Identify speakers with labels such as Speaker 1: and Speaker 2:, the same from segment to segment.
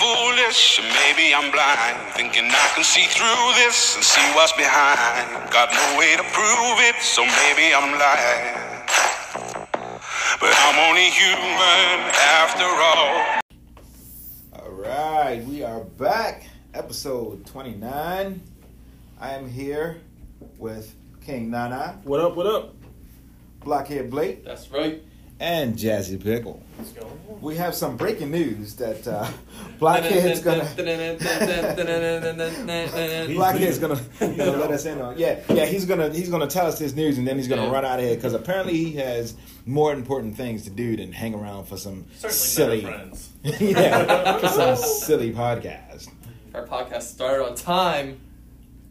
Speaker 1: wish, or maybe I'm blind, thinking I can see through this and see what's behind. Got no way to prove it, so maybe I'm lying. But I'm only human after all. All right, we are back. Episode 29. I am here with King Nana,
Speaker 2: What up? What up?
Speaker 1: Blockhead Blake,
Speaker 3: That's right.
Speaker 1: and Jazzy Pickle.
Speaker 3: Let's go.
Speaker 1: We have some breaking news that uh, Blockhead's gonna Blockhead's gonna, gonna let us in on. Yeah, yeah, he's gonna he's gonna tell us this news and then he's gonna
Speaker 3: Yeah.
Speaker 1: run out of here because apparently he has more important things to do than hang around for some
Speaker 4: Certainly
Speaker 1: silly
Speaker 4: better friends.
Speaker 1: yeah for some silly podcast.
Speaker 3: Our podcast started on time.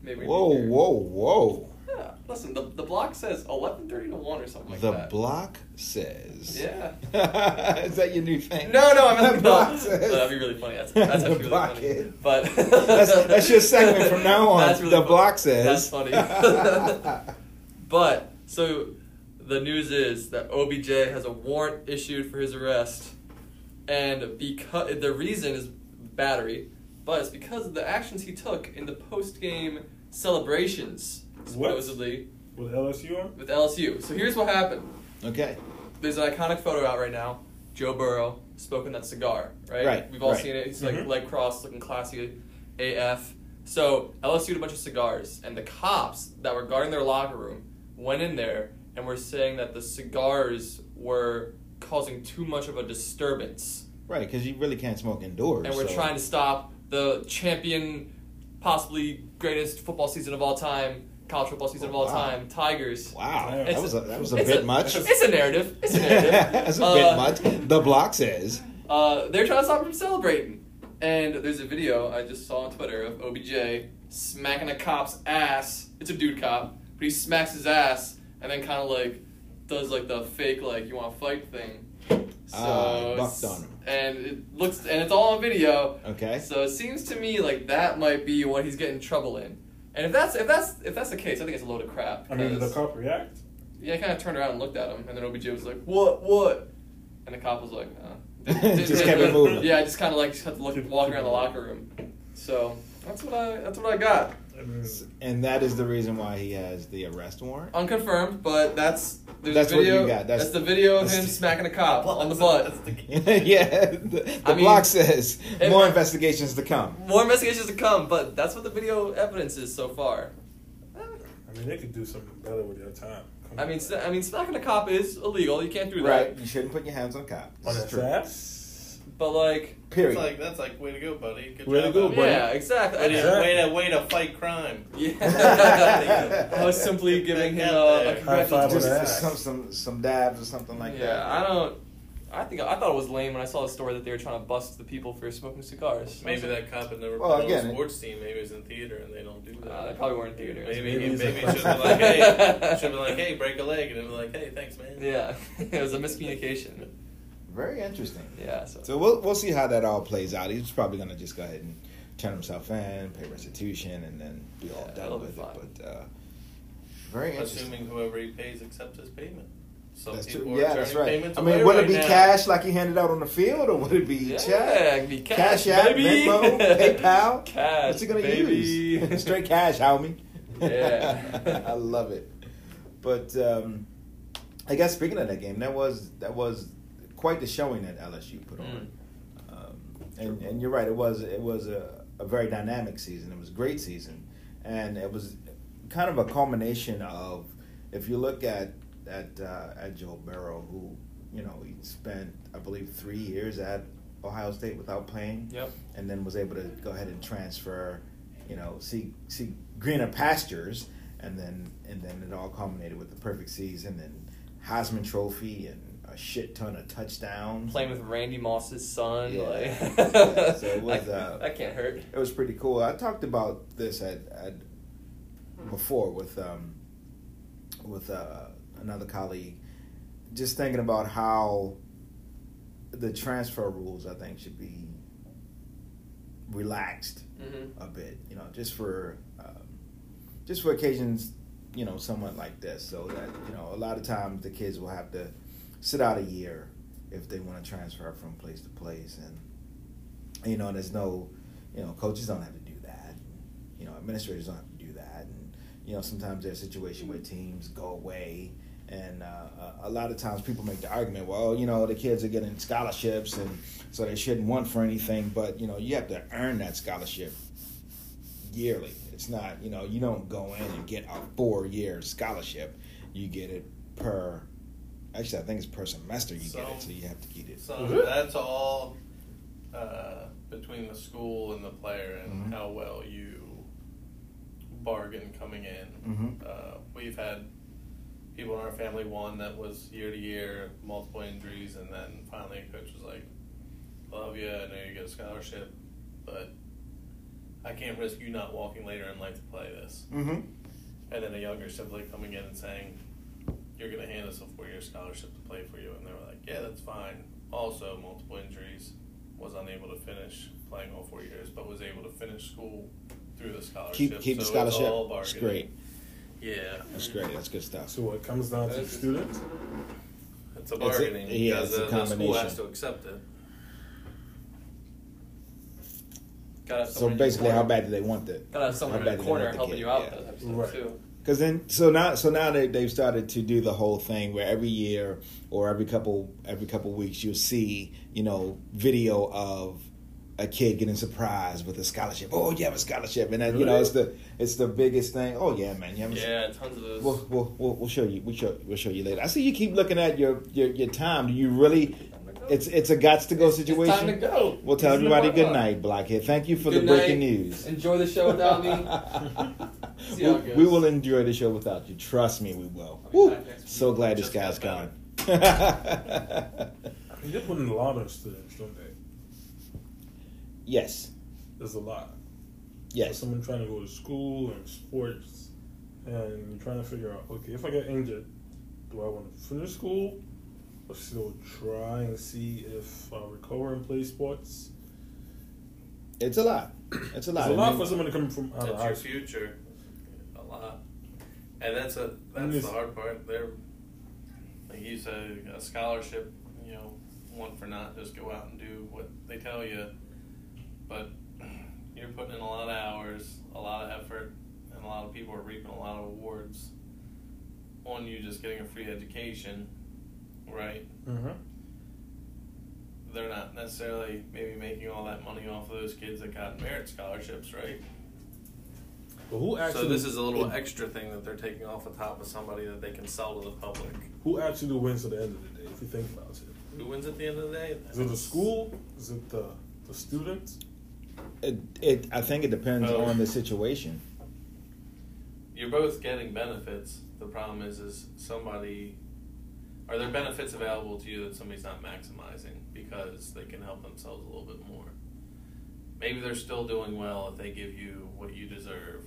Speaker 3: Maybe we'd be
Speaker 1: Whoa,
Speaker 3: here.
Speaker 1: whoa, whoa!
Speaker 3: Yeah. Listen, the, the block says 11.30 to 1 or something like
Speaker 1: the
Speaker 3: that.
Speaker 1: block says.
Speaker 3: Yeah.
Speaker 1: Is that your new thing?
Speaker 3: No, no, I meant
Speaker 1: the
Speaker 3: the
Speaker 1: block
Speaker 3: No,
Speaker 1: says.
Speaker 3: that'd be really funny. That's, that's
Speaker 1: The
Speaker 3: actually really funny.
Speaker 1: blockhead.
Speaker 3: But
Speaker 1: That's- that's your segment from now on.
Speaker 3: That's
Speaker 1: The
Speaker 3: funny.
Speaker 1: block says.
Speaker 3: That's funny. but so the news is that OBJ has a warrant issued for his arrest, and because the reason is battery, but it's because of the actions he took in the post-game celebrations
Speaker 2: What?
Speaker 3: supposedly
Speaker 2: With LSU on?
Speaker 3: with LSU. So here's what happened.
Speaker 1: Okay.
Speaker 3: There's an iconic photo out right now. Joe Burrow smoking that cigar, right?
Speaker 1: Right,
Speaker 3: We've all
Speaker 1: right.
Speaker 3: seen it. He's
Speaker 2: Mhm.
Speaker 3: like leg crossed, looking classy, AF. So LSU had a bunch of cigars, and the cops that were guarding their locker room went in there and were saying that the cigars were causing too much of a disturbance,
Speaker 1: Right, because you really can't smoke indoors.
Speaker 3: and we're
Speaker 1: so-
Speaker 3: trying to stop the champion, possibly greatest football season of all time, college football season of all
Speaker 1: Oh, Wow.
Speaker 3: time, Tigers.
Speaker 1: Wow, that
Speaker 3: It's-
Speaker 1: was a, that was a
Speaker 3: it's
Speaker 1: bit much.
Speaker 3: It's a narrative. It's a narrative.
Speaker 1: That's a
Speaker 3: Uh,
Speaker 1: bit much. The block says.
Speaker 3: Uh, they're trying to stop him from celebrating. And there's a video I just saw on Twitter of OBJ smacking a cop's ass. It's a dude cop, but he smacks his ass and then kind of like does like the fake like you want to fight thing. So
Speaker 1: Ah,
Speaker 3: it's-
Speaker 1: bucked on him.
Speaker 3: And it looks and it's all on video.
Speaker 1: Okay.
Speaker 3: So it seems to me like that might be what he's getting trouble in. And if that's if that's if that's the case, I think it's a load of crap.
Speaker 2: I mean, did the
Speaker 3: 'cause-
Speaker 2: cop react?
Speaker 3: yeah, I kind of turned around and looked at him, and then OBJ was like, "What? What?" And the cop was like, uh.
Speaker 1: Just kept it moving.
Speaker 3: Yeah, I just kind of like just had to look, walk around the locker room. So that's what I that's what I got.
Speaker 2: I mean,
Speaker 1: And that is the reason why he has the arrest warrant.
Speaker 3: Unconfirmed, but that's there's
Speaker 1: That's
Speaker 3: a
Speaker 1: what
Speaker 3: video.
Speaker 1: you got. That's-
Speaker 3: the video of
Speaker 1: that's
Speaker 3: him
Speaker 1: the-
Speaker 3: smacking a cop on the butt.
Speaker 1: yeah, the, the
Speaker 3: I mean,
Speaker 1: block says
Speaker 3: it-
Speaker 1: more investigations to come.
Speaker 3: More investigations to come, but that's what the video evidence is so far. Eh,
Speaker 2: I mean, they could do something better with their time. Come
Speaker 3: I
Speaker 2: on.
Speaker 3: mean, s- I mean, smacking a cop is illegal. You can't do that.
Speaker 1: Right, you shouldn't put your hands on cops.
Speaker 2: on
Speaker 1: This is
Speaker 2: his
Speaker 1: true.
Speaker 2: ass.
Speaker 3: But like,
Speaker 1: Period.
Speaker 4: That's like that's like way to go, Oh, buddy. Good
Speaker 2: Way to
Speaker 4: job,
Speaker 2: go,
Speaker 4: out
Speaker 2: buddy.
Speaker 3: yeah, exactly. I
Speaker 4: there. Way
Speaker 3: didn't-
Speaker 4: to, way to way to fight crime.
Speaker 3: Yeah. I was simply giving him a, a
Speaker 2: High five on
Speaker 3: congratulations.
Speaker 1: just
Speaker 2: that.
Speaker 1: some some some dabs or something like
Speaker 3: yeah,
Speaker 1: that.
Speaker 3: I don't. I think I thought it was lame when I saw the story that they were trying to bust the people for smoking cigars.
Speaker 4: Maybe that cop had never
Speaker 1: Well,
Speaker 4: put on
Speaker 1: again,
Speaker 4: a
Speaker 1: it-
Speaker 4: sports team. Maybe he was in theater and they don't do that.
Speaker 3: Uh, they probably weren't in theaters.
Speaker 4: Maybe
Speaker 2: Maybe
Speaker 4: maybe,
Speaker 2: he's
Speaker 4: maybe
Speaker 2: a-
Speaker 4: it should be like, hey, should be like, hey, break a leg, and it'd be like, hey, thanks, man.
Speaker 3: Yeah, it was a miscommunication.
Speaker 1: Very interesting.
Speaker 3: Yeah, so,
Speaker 1: So we'll we'll see how that all plays out. He's probably gonna just go ahead and turn himself in, pay restitution, and then be all
Speaker 3: Yeah,
Speaker 1: done
Speaker 3: that'll be
Speaker 1: with it.
Speaker 3: fine.
Speaker 1: But uh, very interesting.
Speaker 4: Assuming whoever he pays accepts his payment. Some
Speaker 1: That's
Speaker 4: people
Speaker 1: true.
Speaker 4: are
Speaker 1: Yeah,
Speaker 4: turning
Speaker 1: that's right.
Speaker 4: payments
Speaker 1: I mean,
Speaker 4: away
Speaker 1: would it
Speaker 4: right
Speaker 1: be
Speaker 4: now.
Speaker 1: cash like he handed out on the field, or would it be
Speaker 3: yeah,
Speaker 1: check?
Speaker 3: it'd be
Speaker 1: Cash
Speaker 3: cash,
Speaker 1: App,
Speaker 3: baby.
Speaker 1: Venmo, PayPal.
Speaker 3: cash.
Speaker 1: What's he gonna
Speaker 3: baby.
Speaker 1: use? Straight cash, homie.
Speaker 3: Yeah.
Speaker 1: I love it. But um, I guess speaking of that game, that was that was quite the showing that LSU put on. Um, and, and you're right. It was it was a, a very dynamic season. It was a great season, and it was kind of a culmination of if you look at at uh, at Joe Burrow, who you know he spent I believe three years at Ohio State without playing
Speaker 3: Yep.
Speaker 1: and then was able to go ahead and transfer, you know, see see greener pastures, and then and then it all culminated with the perfect season and Heisman Trophy and a shit ton of touchdowns.
Speaker 3: Playing with Randy Moss's son,
Speaker 1: Yeah.
Speaker 3: like
Speaker 1: Yeah, so it was,
Speaker 3: that,
Speaker 1: uh,
Speaker 3: that can't hurt.
Speaker 1: It was pretty cool. I talked about this at, at before with um, with uh, another colleague, just thinking about how the transfer rules I think should be relaxed
Speaker 3: Mm-hmm.
Speaker 1: a bit, you know, just for um, just for occasions, you know, somewhat like this, so that you know, a lot of times the kids will have to sit out a year if they want to transfer from place to place, and you know, there's no you know, coaches don't have to do that. You know, administrators don't have to do that. And you know, sometimes there's a situation where teams go away, and uh, a- a lot of times people make the argument, well, you know, the kids are getting scholarships, and so they shouldn't want for anything. But you know, you have to earn that scholarship yearly. It's not, you know, you don't go in and get a four-year scholarship. You get it per. Actually, I think it's per semester you get
Speaker 4: So-
Speaker 1: it, so you have to get it.
Speaker 4: So
Speaker 2: Mhm.
Speaker 4: that's all uh, between the school and the player and
Speaker 1: Mhm.
Speaker 4: how well you bargain coming in.
Speaker 1: Mhm.
Speaker 4: Uh, we've had people in our family, one that was year to year, multiple injuries, and then finally a coach was like, Love you, I know you get a scholarship, but I can't risk you not walking later in life to play this.
Speaker 1: Mm-hmm.
Speaker 4: And then a younger sibling coming in and saying, You're going to hand us a four year scholarship to play for you. And they were like, Yeah, that's fine. Also, multiple injuries, was unable to finish playing all four years, but was able to finish school through the scholarship.
Speaker 1: Keep keep the
Speaker 4: So
Speaker 1: scholarship.
Speaker 4: It's all
Speaker 1: It's
Speaker 4: bargaining.
Speaker 1: great.
Speaker 4: Yeah.
Speaker 1: That's great. That's good stuff.
Speaker 2: So what comes down to the students?
Speaker 4: It's a
Speaker 1: It's a-
Speaker 4: bargaining.
Speaker 1: yeah,
Speaker 4: because
Speaker 1: it's a
Speaker 4: the- the school
Speaker 1: combination.
Speaker 4: has to accept it. Gotta have
Speaker 1: So
Speaker 4: someone in your
Speaker 1: basically, how
Speaker 4: corner.
Speaker 1: bad do they want it?
Speaker 3: Gotta have someone in the corner helping you out with that stuff
Speaker 2: Right.
Speaker 3: too.
Speaker 1: Because then, so now, so now they they've started to do the whole thing where every year or every couple every couple weeks you'll see you know video of a kid getting surprised with a scholarship. Oh, you have a scholarship, and then you know
Speaker 2: Really?
Speaker 1: it's the it's the biggest thing. Oh yeah, man, you have a
Speaker 3: Yeah, tons of those.
Speaker 1: We'll, we'll, we'll, we'll show you. We'll show, we'll show you later. I see you keep looking at your, your, your time. Do you really? It's it's a guts to go
Speaker 3: It's- it's
Speaker 1: situation.
Speaker 3: time oh, to go.
Speaker 1: We'll tell
Speaker 3: This is
Speaker 1: everybody
Speaker 3: number
Speaker 1: good
Speaker 3: one.
Speaker 1: night, Blockhead. Thank you for
Speaker 3: Good
Speaker 1: the
Speaker 3: night.
Speaker 1: breaking news.
Speaker 3: Enjoy the show without me. See how
Speaker 1: We'll-
Speaker 3: it goes.
Speaker 1: we will enjoy the show without you. Trust me, we will.
Speaker 3: I'll be
Speaker 1: Woo.
Speaker 3: back next week.
Speaker 1: So glad this
Speaker 4: Just
Speaker 1: guy's
Speaker 4: got
Speaker 1: coming.
Speaker 2: I mean, they're putting a lot on students, don't they?
Speaker 1: yes,
Speaker 2: There's a lot. For
Speaker 1: yes.
Speaker 2: someone trying to go to school and sports, and you're trying to figure out, okay, if I get injured, do I want to finish school or still try and see if I recover and play sports?
Speaker 1: It's a lot. It's a lot.
Speaker 2: It's a lot
Speaker 1: I mean,
Speaker 2: for someone to come from out of
Speaker 4: That's
Speaker 2: high
Speaker 4: your
Speaker 2: school.
Speaker 4: future. A lot. And that's a
Speaker 2: And
Speaker 4: that's the
Speaker 2: it's-
Speaker 4: hard part. They're like you said, a scholarship, you know, one for not just go out and do what they tell you. But you're putting in a lot of hours, a lot of effort, and a lot of people are reaping a lot of awards on you just getting a free education, right?
Speaker 2: Mm-hmm.
Speaker 4: They're not necessarily maybe making all that money off of those kids that got merit scholarships, right?
Speaker 2: But who actually?
Speaker 4: So this is a little extra thing that they're taking off the top of somebody that they can sell to the public.
Speaker 2: Who actually wins at the end of the day? If you think about it,
Speaker 4: Who wins at the end of the day?
Speaker 2: is it the school? Is it the the students?
Speaker 1: it, it, I think it depends
Speaker 4: Oh.
Speaker 1: on the situation.
Speaker 4: You're both getting benefits. The problem is, is somebody. Are there benefits available to you that somebody's not maximizing because they can help themselves a little bit more? Maybe they're still doing well if they give you what you deserve,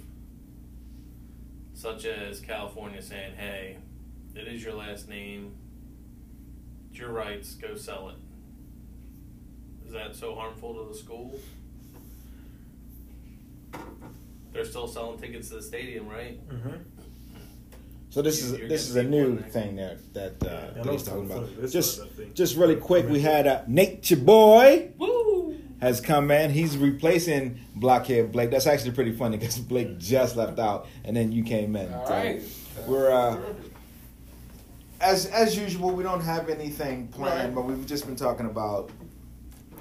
Speaker 4: such as California saying, "Hey, it is your last name. It's your rights. Go sell it." Is that so harmful to the school? They're still selling tickets to the stadium, right?
Speaker 2: Mm-hmm.
Speaker 1: So this
Speaker 4: You-
Speaker 1: is
Speaker 4: you're
Speaker 1: this
Speaker 4: gonna
Speaker 1: is a
Speaker 4: see
Speaker 1: new
Speaker 4: one there.
Speaker 1: thing that that, uh,
Speaker 4: Yeah,
Speaker 1: that
Speaker 2: that
Speaker 1: he's
Speaker 2: was
Speaker 1: talking
Speaker 2: something.
Speaker 1: about.
Speaker 2: This
Speaker 1: Just
Speaker 2: was that thing.
Speaker 1: just really quick, we had uh, Nature Boy
Speaker 3: Woo!
Speaker 1: has come in. He's replacing Blockhead Blake. That's actually pretty funny because Blake just left out and then you came in.
Speaker 3: All
Speaker 1: So
Speaker 3: right.
Speaker 1: We're uh, as as usual. We don't have anything planned,
Speaker 3: Right.
Speaker 1: but we've just been talking about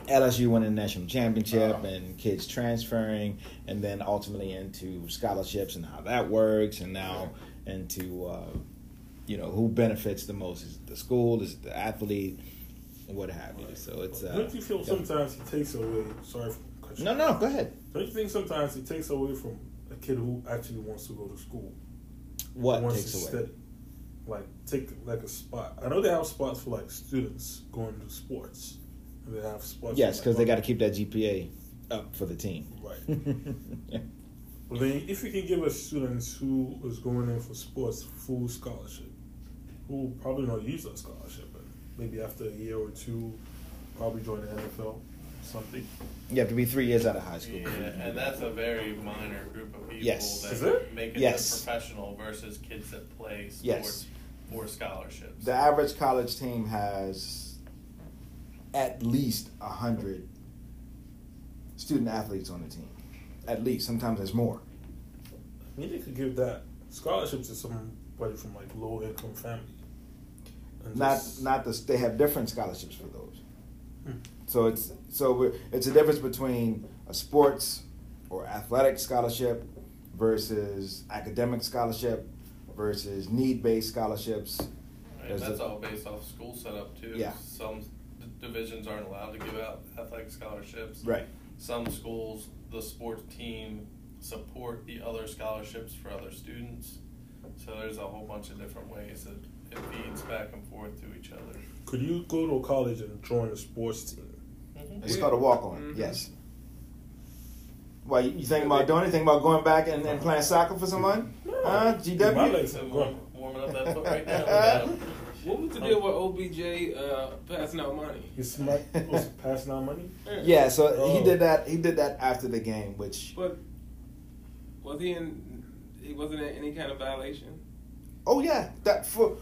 Speaker 1: LSU winning the national championship
Speaker 2: Oh.
Speaker 1: and kids transferring, and then ultimately into scholarships and how that works, and now into uh, you know who benefits the most is it the school, is it the athlete, and what have you. So it's uh,
Speaker 2: Don't you feel
Speaker 1: yeah.
Speaker 2: sometimes he takes away? Sorry, for cutting you
Speaker 1: no,
Speaker 2: off.
Speaker 1: no, go ahead.
Speaker 2: Don't you think sometimes it takes away from a kid who actually wants to go to school?
Speaker 1: What
Speaker 2: wants
Speaker 1: takes away?
Speaker 2: to study? Like take like a spot. I know they have spots for like students going to sports. And they have spots.
Speaker 1: Yes,
Speaker 2: for,
Speaker 1: because
Speaker 2: like,
Speaker 1: they got to keep that GPA up for the team.
Speaker 2: Right. Well, then if you can give us students who is going in for sports full scholarship, who will probably not use that scholarship, and maybe after a year or two, probably join the NFL, something.
Speaker 1: you have to be three years out of high school.
Speaker 4: Yeah, and that's a very minor group of people
Speaker 1: Yes.
Speaker 4: that
Speaker 2: Is it?
Speaker 4: make it
Speaker 1: Yes.
Speaker 4: a professional versus kids that play sports
Speaker 1: Yes.
Speaker 4: or scholarships.
Speaker 1: The average college team has at least 100 student athletes on the team, at least. Sometimes there's more.
Speaker 2: I mean, they could give that scholarship to somebody from like low income family. And
Speaker 1: Not
Speaker 2: just-
Speaker 1: not the they have different scholarships for those.
Speaker 2: Hmm.
Speaker 1: So it's so we're, it's a difference between a sports or athletic scholarship versus academic scholarship versus need based scholarships.
Speaker 4: Right,
Speaker 1: There's
Speaker 4: that's
Speaker 1: a-
Speaker 4: all based off school setup too.
Speaker 1: Yeah.
Speaker 4: Some d- divisions aren't allowed to give out athletic scholarships.
Speaker 1: Right.
Speaker 4: Some schools, the sports team support the other scholarships for other students. So there's a whole bunch of different ways that it feeds back and forth to each other.
Speaker 2: Could you go to a college and join a sports team?
Speaker 3: Mm-hmm.
Speaker 4: Mhm.
Speaker 1: It's called a walk on.
Speaker 2: Mm-hmm.
Speaker 3: Mhm.
Speaker 1: Yes. Why you, you think about doing anything about going back and, and playing soccer for someone? Huh? GW.
Speaker 2: My legs
Speaker 4: So
Speaker 2: are
Speaker 4: warm,
Speaker 2: going.
Speaker 4: warming up that foot right now. Adam.
Speaker 5: What was the deal with OBJ uh, passing out money?
Speaker 2: You smart? Was passing out money?
Speaker 1: Yeah, so
Speaker 2: Oh.
Speaker 1: he did that. He did that after the game, which
Speaker 5: But was he in? He wasn't in any kind of violation.
Speaker 1: oh yeah, that for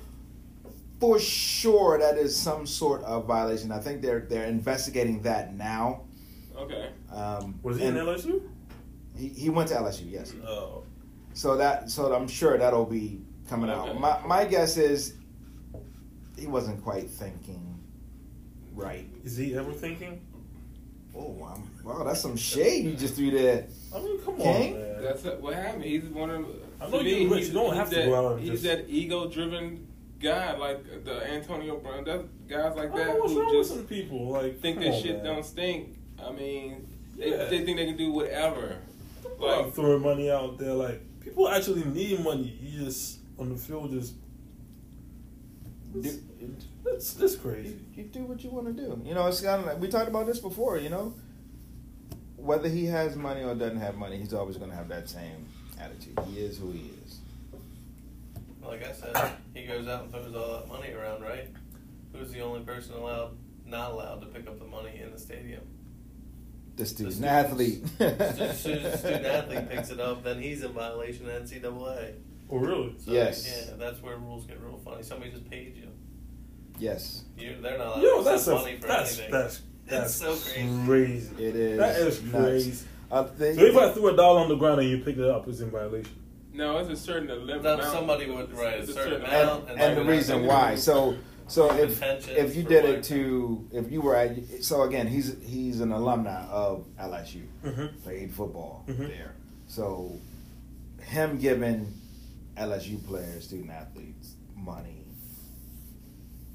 Speaker 1: for sure that is some sort of violation. I think they're they're investigating that now.
Speaker 5: Okay.
Speaker 1: Um,
Speaker 2: Was he in
Speaker 1: and
Speaker 2: LSU?
Speaker 1: He, he went to LSU, yes.
Speaker 2: Oh.
Speaker 1: So that so I'm sure that'll be coming out.
Speaker 5: Okay.
Speaker 1: My my guess is he wasn't quite thinking right.
Speaker 2: Is he ever thinking?
Speaker 1: Oh, I'm, wow, that's some shade you just threw there.
Speaker 2: I mean, come
Speaker 1: King?
Speaker 2: on, man.
Speaker 5: That's what happened. He's one of.
Speaker 2: I
Speaker 5: to
Speaker 2: know
Speaker 5: me,
Speaker 2: you're rich.
Speaker 5: he's-
Speaker 2: You don't
Speaker 5: he's
Speaker 2: have to
Speaker 5: that,
Speaker 2: go out and
Speaker 5: He's
Speaker 2: just-
Speaker 5: that ego-driven guy, like the Antonio Brown. That guys
Speaker 2: I
Speaker 5: like
Speaker 2: don't
Speaker 5: that
Speaker 2: know what's
Speaker 5: who
Speaker 2: wrong with
Speaker 5: just
Speaker 2: some people. Like,
Speaker 5: think
Speaker 2: come
Speaker 5: that
Speaker 2: on,
Speaker 5: shit
Speaker 2: man.
Speaker 5: don't stink. I mean, they,
Speaker 2: Yeah.
Speaker 5: they think they can do whatever.
Speaker 2: People are
Speaker 5: Like,
Speaker 2: throwing money out there. Like, people actually need money. You just on the field, just
Speaker 1: Do-
Speaker 2: that's that's crazy.
Speaker 1: you, you do what you want to do. You know, it's kind of like we talked about this before. You know, whether he has money or doesn't have money, he's always going to have that same attitude. He is who he is.
Speaker 4: Like I said, he goes out and throws all that money around, right? Who's the only person allowed, not allowed to pick up the money in the stadium?
Speaker 1: The student
Speaker 4: students.
Speaker 1: athlete.
Speaker 4: As soon as the student athlete picks it up, then he's in violation of NCAA.
Speaker 2: Oh, really?
Speaker 4: So,
Speaker 1: Yes.
Speaker 4: Yeah, that's where rules get real funny. Somebody just paid you.
Speaker 1: Yes,
Speaker 4: you they're not allowed
Speaker 2: Yo,
Speaker 4: to
Speaker 2: that's
Speaker 4: accept
Speaker 2: a,
Speaker 4: uh, money for
Speaker 2: that's
Speaker 4: anything.
Speaker 2: that's that's
Speaker 4: That's so crazy.
Speaker 2: crazy.
Speaker 1: it is.
Speaker 2: That is
Speaker 1: nuts. Uh,
Speaker 2: crazy.
Speaker 1: I think-
Speaker 2: So if I threw a dollar on the ground and you picked it up, it's in violation.
Speaker 5: no, it's a certain limit.
Speaker 4: That somebody would write a certain amount,
Speaker 1: and,
Speaker 4: and,
Speaker 1: and the
Speaker 4: they're not
Speaker 1: reason
Speaker 4: gonna-
Speaker 1: why. So so if
Speaker 4: Intentions
Speaker 1: if you
Speaker 4: for
Speaker 1: did
Speaker 4: whatever.
Speaker 1: it to if you were at so again he's he's an alumni of LSU
Speaker 2: Mhm.
Speaker 1: played football
Speaker 2: Mhm.
Speaker 1: there. So him giving LSU players student athletes money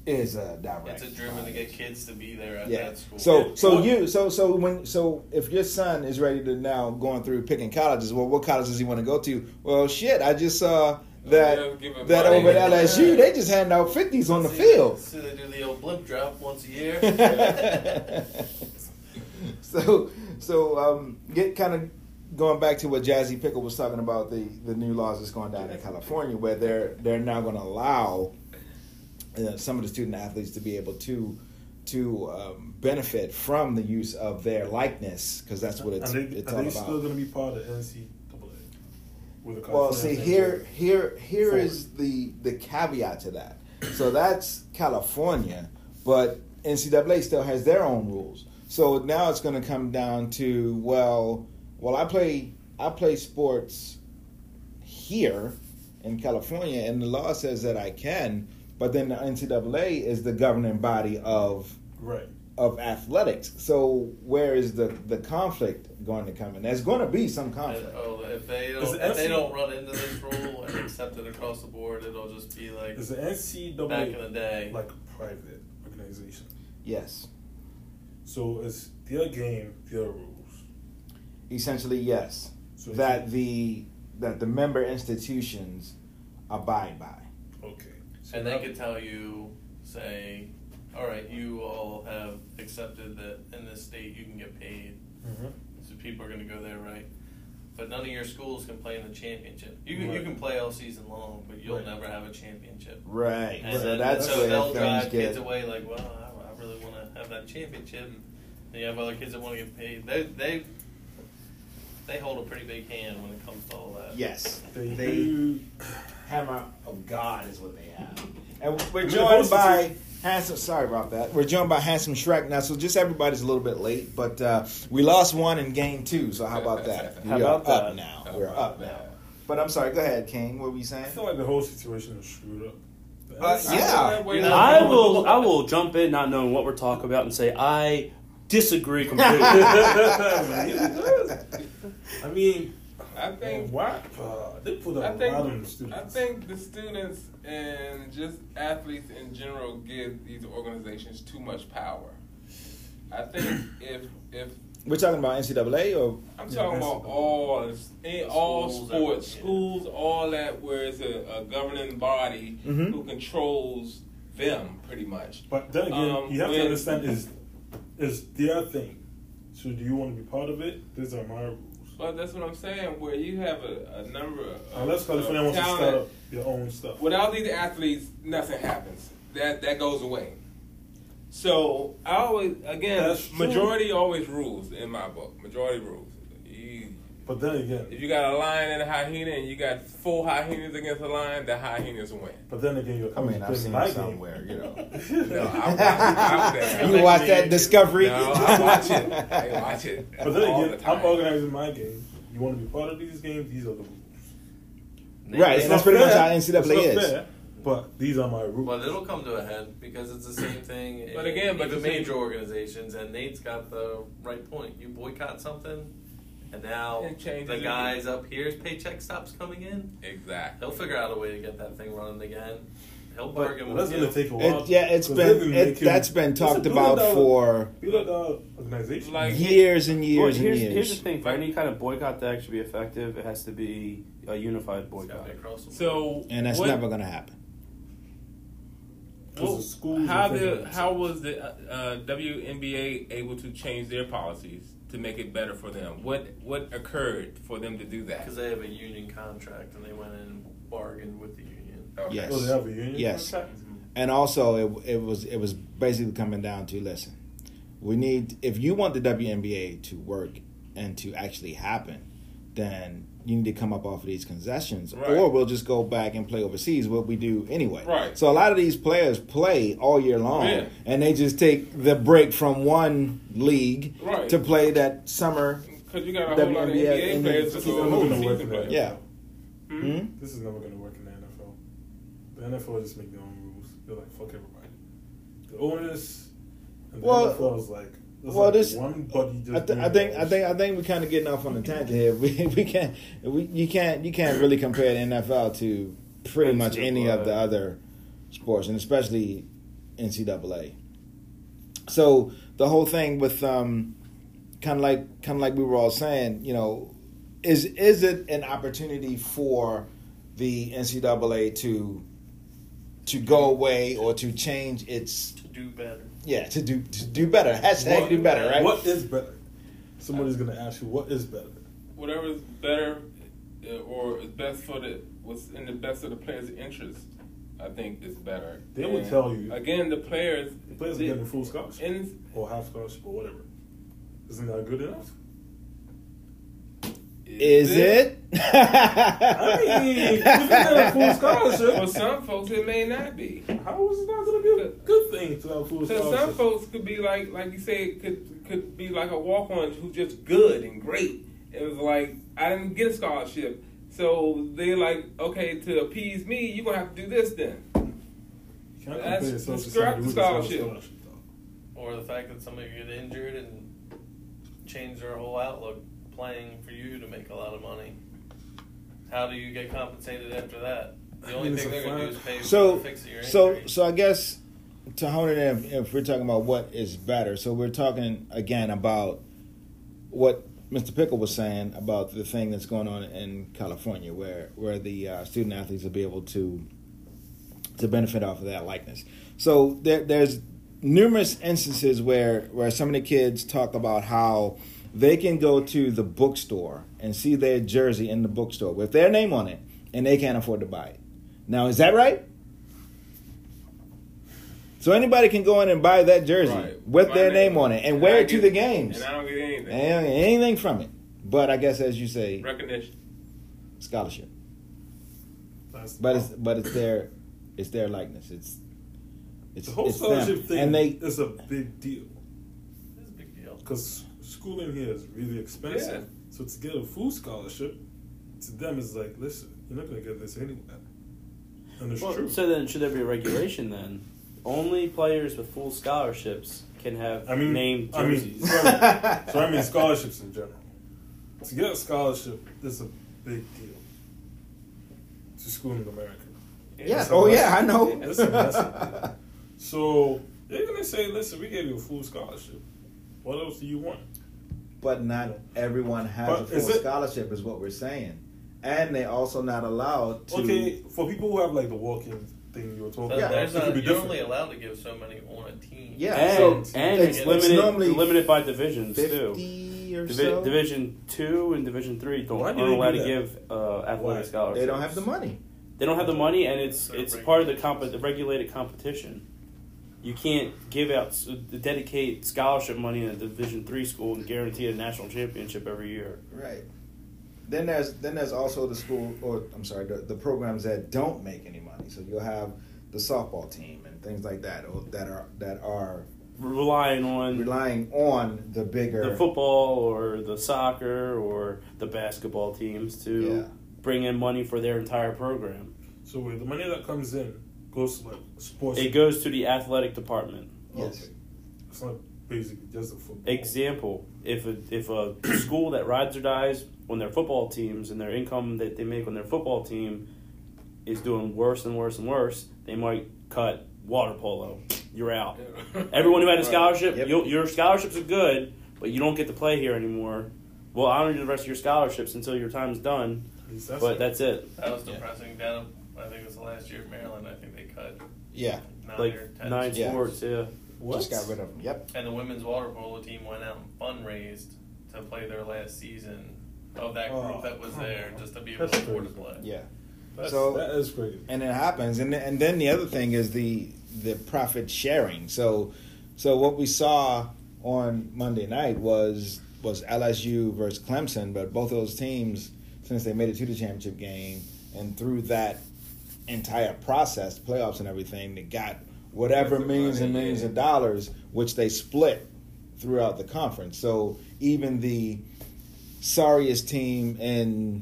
Speaker 1: is a direct.
Speaker 4: it's a driven to get
Speaker 1: violation.
Speaker 4: kids to be there at
Speaker 1: Yeah.
Speaker 4: that school.
Speaker 1: So so you so so when so if your son is ready to now going through picking colleges, well, what college does he want to go to? Well, shit, I just
Speaker 4: Oh,
Speaker 1: saw that that over at LSU they just hand out fifties on the
Speaker 4: See,
Speaker 1: field.
Speaker 4: See, they do the old blimp drop once a year.
Speaker 1: so so um, get kind of going back to what Jazzy Pickle was talking about the the new laws that's going down in California where they're they're now going to allow uh, some of the student athletes to be able to to um, benefit from the use of their likeness because that's what it's
Speaker 2: are they,
Speaker 1: it's
Speaker 2: are
Speaker 1: all
Speaker 2: they
Speaker 1: about.
Speaker 2: still going to be part of NCAA? With a
Speaker 1: Well, see here, here, here is
Speaker 2: Forward.
Speaker 1: the the caveat to that. So that's California, but NCAA still has their own rules. So now it's going to come down to well, well, I play I play sports here in California, and the law says that I can, but then the NCAA is the governing body of
Speaker 2: right?
Speaker 1: of athletics. So where is the the conflict going to come in? There's going to be some
Speaker 4: And,
Speaker 1: conflict.
Speaker 4: oh, if they
Speaker 2: Is
Speaker 4: don't,
Speaker 2: the
Speaker 4: if they
Speaker 2: FC
Speaker 4: don't run into this rule and accept it across the board, it'll just be like
Speaker 2: Is the NCAA
Speaker 4: back in the day.
Speaker 2: like a private organization?
Speaker 1: Yes,
Speaker 2: So it's their game, their rules.
Speaker 1: essentially yes.
Speaker 2: So it's-
Speaker 1: that the that the member institutions abide by.
Speaker 2: okay, so
Speaker 4: and they
Speaker 2: now-
Speaker 4: could tell you, say, all right, you all have accepted that in this state you can get paid,
Speaker 2: Mhm.
Speaker 4: so people are going to go there, right? But none of your schools can play in the championship. You can,
Speaker 2: Right.
Speaker 4: you can play all season long, but you'll
Speaker 2: Right.
Speaker 4: never have a championship.
Speaker 1: Right.
Speaker 4: And
Speaker 1: So
Speaker 4: then-
Speaker 1: that's
Speaker 4: so
Speaker 1: where
Speaker 4: they'll
Speaker 1: things
Speaker 4: drive
Speaker 1: get.
Speaker 4: kids away like, well, I, I really want to have that championship. And you have other kids that want to get paid. They they they hold a pretty big hand when it comes to all that.
Speaker 1: Yes.
Speaker 2: They,
Speaker 1: They-
Speaker 2: do.
Speaker 1: Hammer of God is what they have, and we're
Speaker 2: I mean,
Speaker 1: joined
Speaker 2: those
Speaker 1: by
Speaker 2: two-
Speaker 1: Handsome, sorry about that. We're joined by Handsome Shrek now, so just everybody's a little bit late, but uh, we lost one in game two, so how about that?
Speaker 6: How
Speaker 1: we
Speaker 6: about
Speaker 1: are up
Speaker 6: that?
Speaker 1: now.
Speaker 6: How
Speaker 1: We're
Speaker 6: about
Speaker 1: up now.
Speaker 6: that?
Speaker 1: But I'm sorry, go ahead, King. What were you saying?
Speaker 2: I feel like the whole situation is screwed up.
Speaker 1: Uh, yeah.
Speaker 5: Wait, no.
Speaker 6: I will. I will jump in, not knowing what we're talking about, and say I disagree completely.
Speaker 2: I mean,
Speaker 5: I think
Speaker 2: why? Uh, they put
Speaker 5: I
Speaker 2: up a lot of
Speaker 5: think I
Speaker 2: students.
Speaker 5: think the students and just athletes in general give these organizations too much power. I think if if
Speaker 1: We're talking about NCAA or
Speaker 5: I'm
Speaker 2: Yeah,
Speaker 5: talking
Speaker 2: that's-
Speaker 5: about all in all
Speaker 4: Schools,
Speaker 5: sports,
Speaker 4: everything.
Speaker 5: schools, all that, where it's a, a governing body
Speaker 1: Mhm.
Speaker 5: who controls them pretty much.
Speaker 2: But then again,
Speaker 5: Um,
Speaker 2: you have to
Speaker 5: when-
Speaker 2: understand is is their thing. So do you want to be part of it? These are my rules.
Speaker 5: But that's what I'm saying. Where you have a, a number of
Speaker 2: Unless California
Speaker 5: of
Speaker 2: wants to start
Speaker 5: talent.
Speaker 2: up their own stuff.
Speaker 5: Without these athletes, nothing happens. That that goes away. So I always again
Speaker 2: That's true.
Speaker 5: majority always rules in my book. Majority rules. You,
Speaker 2: But then
Speaker 5: if
Speaker 2: again,
Speaker 5: you got a lion and a hyena, and you got four hyenas against a lion, the hyenas win.
Speaker 2: but then again, you're
Speaker 1: I
Speaker 2: coming
Speaker 1: mean,
Speaker 2: to
Speaker 1: I've
Speaker 2: play
Speaker 1: seen
Speaker 2: my
Speaker 1: it
Speaker 2: game.
Speaker 1: somewhere, you know.
Speaker 5: No, I watch, I
Speaker 1: You watch that Discovery?
Speaker 5: No, I watch it. I watch it.
Speaker 2: But then
Speaker 5: all
Speaker 2: again,
Speaker 5: the time.
Speaker 2: I'm organizing my game. You want to be part of these games? These are the rules.
Speaker 1: Right, and that's pretty much
Speaker 2: fair.
Speaker 1: how NCAA
Speaker 2: It's not
Speaker 1: is.
Speaker 2: fair, but these are my rules.
Speaker 4: But it'll come to a head because it's the same thing.
Speaker 5: But
Speaker 4: in
Speaker 5: again, but
Speaker 4: the
Speaker 5: the same-
Speaker 4: major organizations, and Nate's got the right point. You boycott something, and now
Speaker 5: It changes
Speaker 4: the
Speaker 5: it.
Speaker 4: guys up here's paycheck stops coming in.
Speaker 5: Exactly.
Speaker 4: He'll figure out a way to get that thing running again. He'll
Speaker 2: But
Speaker 4: bargain
Speaker 2: that's
Speaker 4: with you.
Speaker 2: going to take a while.
Speaker 1: It, yeah, it's
Speaker 2: 'cause
Speaker 1: been
Speaker 2: they've
Speaker 1: it,
Speaker 2: making-
Speaker 1: that's been
Speaker 2: It's a
Speaker 1: talked
Speaker 2: billion
Speaker 1: about
Speaker 2: dollar-
Speaker 1: for
Speaker 2: billion dollar organization.
Speaker 5: Like-
Speaker 1: years and
Speaker 6: Well,
Speaker 1: years
Speaker 6: here's,
Speaker 1: and
Speaker 6: here's the
Speaker 1: years.
Speaker 6: thing: for any kind of boycott to actually be effective, it has to be a unified
Speaker 4: It's gotta
Speaker 6: boycott.
Speaker 4: be across the board.
Speaker 5: So
Speaker 1: And that's
Speaker 5: what-
Speaker 1: never going to happen.
Speaker 2: Because the schools
Speaker 5: how
Speaker 2: are thinking
Speaker 5: the
Speaker 2: about
Speaker 5: how
Speaker 2: it.
Speaker 5: was the uh, WNBA able to change their policies to make it better for them? What what occurred for them to do that?
Speaker 4: because they have a union contract and they went in and bargained with the union.
Speaker 1: Yes.
Speaker 2: Oh, they have a union
Speaker 1: Yes.
Speaker 2: contract?
Speaker 1: And also, it, it was it was basically coming down to listen. We need if you want the WNBA to work and to actually happen, then you need to come up off of these concessions,
Speaker 5: Right.
Speaker 1: or we'll just go back and play overseas. What we do anyway.
Speaker 5: Right.
Speaker 1: So a lot of these players play all year long,
Speaker 5: Yeah.
Speaker 1: and they just take the break from one league
Speaker 5: Right.
Speaker 1: to play that summer.
Speaker 5: Because you got a whole lot of
Speaker 1: WNBA
Speaker 5: NBA
Speaker 1: and
Speaker 5: players
Speaker 1: then
Speaker 2: This
Speaker 5: who go
Speaker 2: is never
Speaker 5: whole
Speaker 2: going to work
Speaker 5: season
Speaker 2: in the NFL.
Speaker 5: players.
Speaker 1: Yeah.
Speaker 5: Hmm?
Speaker 1: Hmm?
Speaker 2: This is never going to work in the NFL. The NFL just make their own rules. They're like, fuck everybody. The owners and the
Speaker 1: Well-
Speaker 2: NFL is like, there's
Speaker 1: well,
Speaker 2: like
Speaker 1: this-
Speaker 2: one buddy just
Speaker 1: I, th-
Speaker 2: doing
Speaker 1: I think I
Speaker 2: rules.
Speaker 1: think I think we're kind of getting off on a tangent here. We, we can't we, you can't you can't really compare the NFL to pretty much any of the other sports, and especially NCAA. So the whole thing with um, kind of like kind of like we were all saying, you know, is is it an opportunity for the NCAA to to go away or to change its
Speaker 4: To do better.
Speaker 1: yeah to do to do better hashtag
Speaker 2: What-
Speaker 1: do better right
Speaker 2: What is better? Somebody's going to ask you, what is better?
Speaker 5: Whatever is better uh, or is best for the what's in the best of the players' interest, I think is better.
Speaker 2: They will
Speaker 5: And
Speaker 2: tell you.
Speaker 5: again. The players,
Speaker 2: The players are
Speaker 5: they-
Speaker 2: getting full scholarship
Speaker 5: in-
Speaker 2: or half scholarship or whatever. Isn't that good enough?
Speaker 1: Is it?
Speaker 2: I mean, if it's not a full scholarship,
Speaker 5: For some folks, it may not be.
Speaker 2: how is it not going to be a good thing to have full
Speaker 5: Because
Speaker 2: scholarship?
Speaker 5: some folks could be like, like you said, could could be like a walk on who's just good and great. It was like I didn't get a scholarship, so they like, okay, to appease me, you gonna have to do this then.
Speaker 2: You can't
Speaker 5: That's-
Speaker 2: compare yourself to
Speaker 5: subscribe
Speaker 2: somebody who
Speaker 5: to
Speaker 2: doesn't have
Speaker 5: scholarship.
Speaker 2: scholarship, though.
Speaker 4: Or the fact that somebody could get injured and change their whole outlook playing for you to make a lot of money. How do you get compensated after that? The
Speaker 2: I
Speaker 4: only
Speaker 2: mean,
Speaker 4: thing they're
Speaker 2: it's a
Speaker 4: going to do is
Speaker 2: fact.
Speaker 4: pay for
Speaker 1: so,
Speaker 4: the fix of your
Speaker 1: so,
Speaker 4: injury.
Speaker 1: so I guess to hone it in, if we're talking about what is better, so we're talking again about what Mr. Pickle was saying about the thing that's going on in California, where where the uh, student athletes will be able to to benefit off of that likeness. So there, there's numerous instances where where some of the kids talk about how they can go to the bookstore and see their jersey in the bookstore with their name on it, and they can't afford to buy it. Now, is that right? So anybody can go in and buy that jersey
Speaker 5: Right.
Speaker 1: with
Speaker 5: My
Speaker 1: their
Speaker 5: name.
Speaker 1: name, on it and
Speaker 5: And
Speaker 1: wear
Speaker 5: I
Speaker 1: it to
Speaker 5: get-
Speaker 1: the games
Speaker 5: And I don't get anything.
Speaker 1: and I don't get anything from it. But I guess, as you say,
Speaker 5: Recognition.
Speaker 1: scholarship.
Speaker 2: That's
Speaker 1: But it's but it's their it's their likeness. It's It's,
Speaker 2: the whole
Speaker 1: it's
Speaker 2: scholarship
Speaker 1: them.
Speaker 2: thing
Speaker 1: and they
Speaker 2: is a big deal
Speaker 4: It's a big deal.
Speaker 2: because schooling here is really expensive. So to get a full scholarship, to them is like, listen, you're not gonna get this anywhere. And it's
Speaker 6: Well,
Speaker 2: true.
Speaker 6: so then, should there be a regulation then? Only players with full scholarships can have
Speaker 2: I mean,
Speaker 6: named
Speaker 2: I mean,
Speaker 6: jerseys.
Speaker 2: right. so I mean scholarships in general. To get a scholarship is a big deal to school in America.
Speaker 1: yeah.
Speaker 2: It's a
Speaker 1: Oh yeah, I
Speaker 2: blessing.
Speaker 1: know.
Speaker 2: It's a blessing. So they're gonna say, listen, we gave you a full scholarship. What else do you want?
Speaker 1: but not everyone has
Speaker 2: But
Speaker 1: a full
Speaker 2: is it-
Speaker 1: scholarship, is what we're saying. And they also not allowed to.
Speaker 2: Okay, for people who have like the walking thing you were talking
Speaker 4: But
Speaker 1: Yeah,
Speaker 2: about,
Speaker 4: Uh, there's
Speaker 2: it
Speaker 4: not,
Speaker 2: could be
Speaker 4: you're
Speaker 2: different.
Speaker 4: only allowed to give so many on a team.
Speaker 1: Yeah.
Speaker 6: and
Speaker 1: so
Speaker 6: and it's,
Speaker 4: it's
Speaker 6: limited
Speaker 1: normally
Speaker 6: limited by divisions too.
Speaker 1: Fifty or
Speaker 6: Divi-
Speaker 1: so.
Speaker 6: Division two and Division three don't
Speaker 2: Why
Speaker 6: aren't
Speaker 2: do they do
Speaker 6: allowed to
Speaker 2: that?
Speaker 6: give uh,
Speaker 2: Why?
Speaker 6: athletic scholarships.
Speaker 1: They don't have the money.
Speaker 6: They don't have the money, and it's
Speaker 4: They're
Speaker 6: it's
Speaker 4: regulated.
Speaker 6: part of the comp- the regulated competition. You can't give out s- dedicate scholarship money in a Division three school and guarantee a national championship every year.
Speaker 1: Right. Then there's then there's also the school or I'm sorry the, the programs that don't make any money. So you'll have the softball team and things like that or that are that are
Speaker 6: Relying on
Speaker 1: relying on the bigger
Speaker 6: the football or the soccer or the basketball teams to
Speaker 1: Yeah.
Speaker 6: bring in money for their entire program.
Speaker 2: So wait, the money that comes in goes to like sports.
Speaker 6: It goes to the athletic department.
Speaker 1: Yes.
Speaker 2: It's not basically just the football.
Speaker 6: Example: If a if a school that rides or dies on their football teams and their income that they make on their football team is doing worse and worse and worse, they might cut water polo. You're out. Everyone who had a scholarship,
Speaker 1: Yep.
Speaker 6: you, your scholarships are good, but you don't get to play here anymore. We'll honor you the rest of your scholarships until your time's done,
Speaker 2: At least that's
Speaker 6: but
Speaker 2: it.
Speaker 6: that's it.
Speaker 4: That was
Speaker 1: Yeah.
Speaker 4: depressing. Down, I think it was the last year at Maryland. I think they cut
Speaker 1: Yeah.
Speaker 4: nine or
Speaker 6: Like
Speaker 4: ten.
Speaker 6: nine
Speaker 1: Yeah.
Speaker 6: sports, yeah.
Speaker 2: what?
Speaker 1: Just got rid of them. Yep.
Speaker 4: And the women's water polo team went out and fundraised to play their last season of that group
Speaker 2: Oh,
Speaker 4: that was
Speaker 2: come
Speaker 4: there
Speaker 2: on.
Speaker 4: just to be able
Speaker 2: That's
Speaker 4: to afford to
Speaker 2: crazy.
Speaker 4: play.
Speaker 1: Yeah.
Speaker 2: That's,
Speaker 1: So-
Speaker 2: that is crazy.
Speaker 1: and it happens and and then the other thing is the the profit sharing so so what we saw on Monday night was was LSU versus Clemson but both of those teams since they made it to the championship game and through that entire process playoffs and everything they got whatever millions and millions of dollars which they split throughout the conference so even the sorriest team in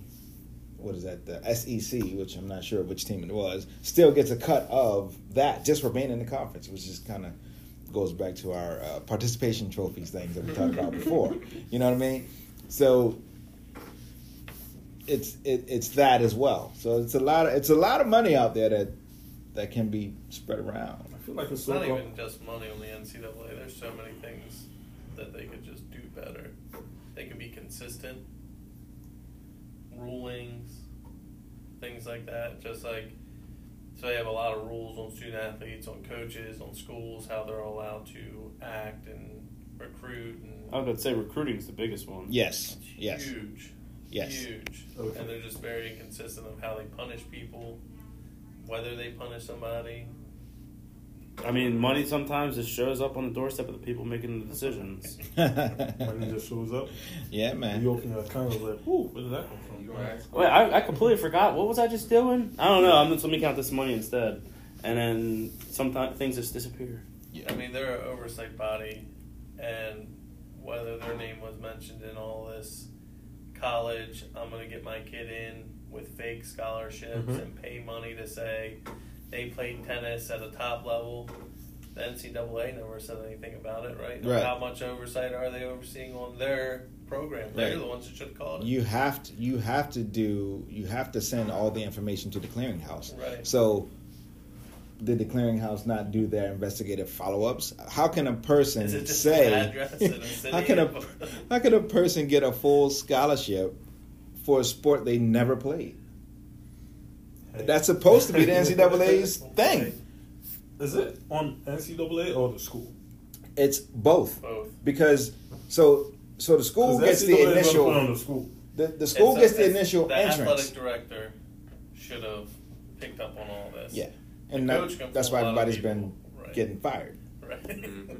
Speaker 1: what is that the SEC, which I'm not sure which team it was, still gets a cut of that just for being in the conference, which just kind of goes back to our uh, participation trophies things that we talked about before. You know what I mean? So it's it, it's that as well. So it's a lot of it's a lot of money out there that that can be spread around.
Speaker 2: I feel like it's
Speaker 4: It's
Speaker 2: so
Speaker 4: not
Speaker 2: com-
Speaker 4: even just money on the NCAA. There's so many things that they could just do better. They could be consistent. Rulings, things like that. Just like so, they have a lot of rules on student athletes, on coaches, on schools, how they're allowed to act and recruit. And
Speaker 6: I was going to say recruiting is the biggest one.
Speaker 1: Yes,
Speaker 4: It's
Speaker 1: yes,
Speaker 4: Huge.
Speaker 1: yes.
Speaker 4: Huge.
Speaker 2: Okay.
Speaker 4: And they're just very inconsistent of how they punish people, whether they punish somebody.
Speaker 6: I mean, money sometimes just shows up on the doorstep of the people making the decisions.
Speaker 2: money just shows up.
Speaker 1: yeah,
Speaker 2: You
Speaker 1: man.
Speaker 2: open your account, it's like, ooh, where did that come from?
Speaker 6: Wait, I, I completely forgot. What was I just doing? I don't know. I'm just let me count this money instead, and then sometimes things just disappear.
Speaker 4: I mean, they're an oversight body, and whether their name was mentioned in all this college, I'm going to get my kid in with fake scholarships
Speaker 1: Mm-hmm.
Speaker 2: Mhm.
Speaker 4: and pay money to say they played tennis at a top level. The NCAA never said anything about it, right? Or
Speaker 1: Right.
Speaker 4: How much oversight are they overseeing on their program? They're
Speaker 1: Right.
Speaker 4: the ones that should have called it.
Speaker 1: You have to you have to do you have to send all the information to the clearinghouse.
Speaker 4: right.
Speaker 1: So, did the clearinghouse not do their investigative follow-ups? How can a person
Speaker 4: Is it just
Speaker 1: say?
Speaker 4: an address in a city?
Speaker 1: how can a how can a person get a full scholarship for a sport they never played?
Speaker 2: Hey.
Speaker 1: That's supposed to be the NCAA's thing.
Speaker 2: Is it on NCAA or the school?
Speaker 1: It's both
Speaker 4: Both.
Speaker 1: because so so the
Speaker 2: 'Cause
Speaker 1: school gets the
Speaker 2: NCAA is gonna put on
Speaker 1: initial
Speaker 2: the school.
Speaker 1: the, the school
Speaker 4: It's a-
Speaker 1: gets the
Speaker 4: it's-
Speaker 1: initial
Speaker 4: the
Speaker 1: entrance.
Speaker 4: athletic director should have picked up on all this.
Speaker 1: Yeah,
Speaker 4: The
Speaker 1: and
Speaker 4: coach
Speaker 1: that,
Speaker 4: can
Speaker 1: that's
Speaker 4: pull
Speaker 1: why
Speaker 4: a lot of
Speaker 1: everybody's been
Speaker 4: people. Right.
Speaker 1: getting fired.
Speaker 4: Right.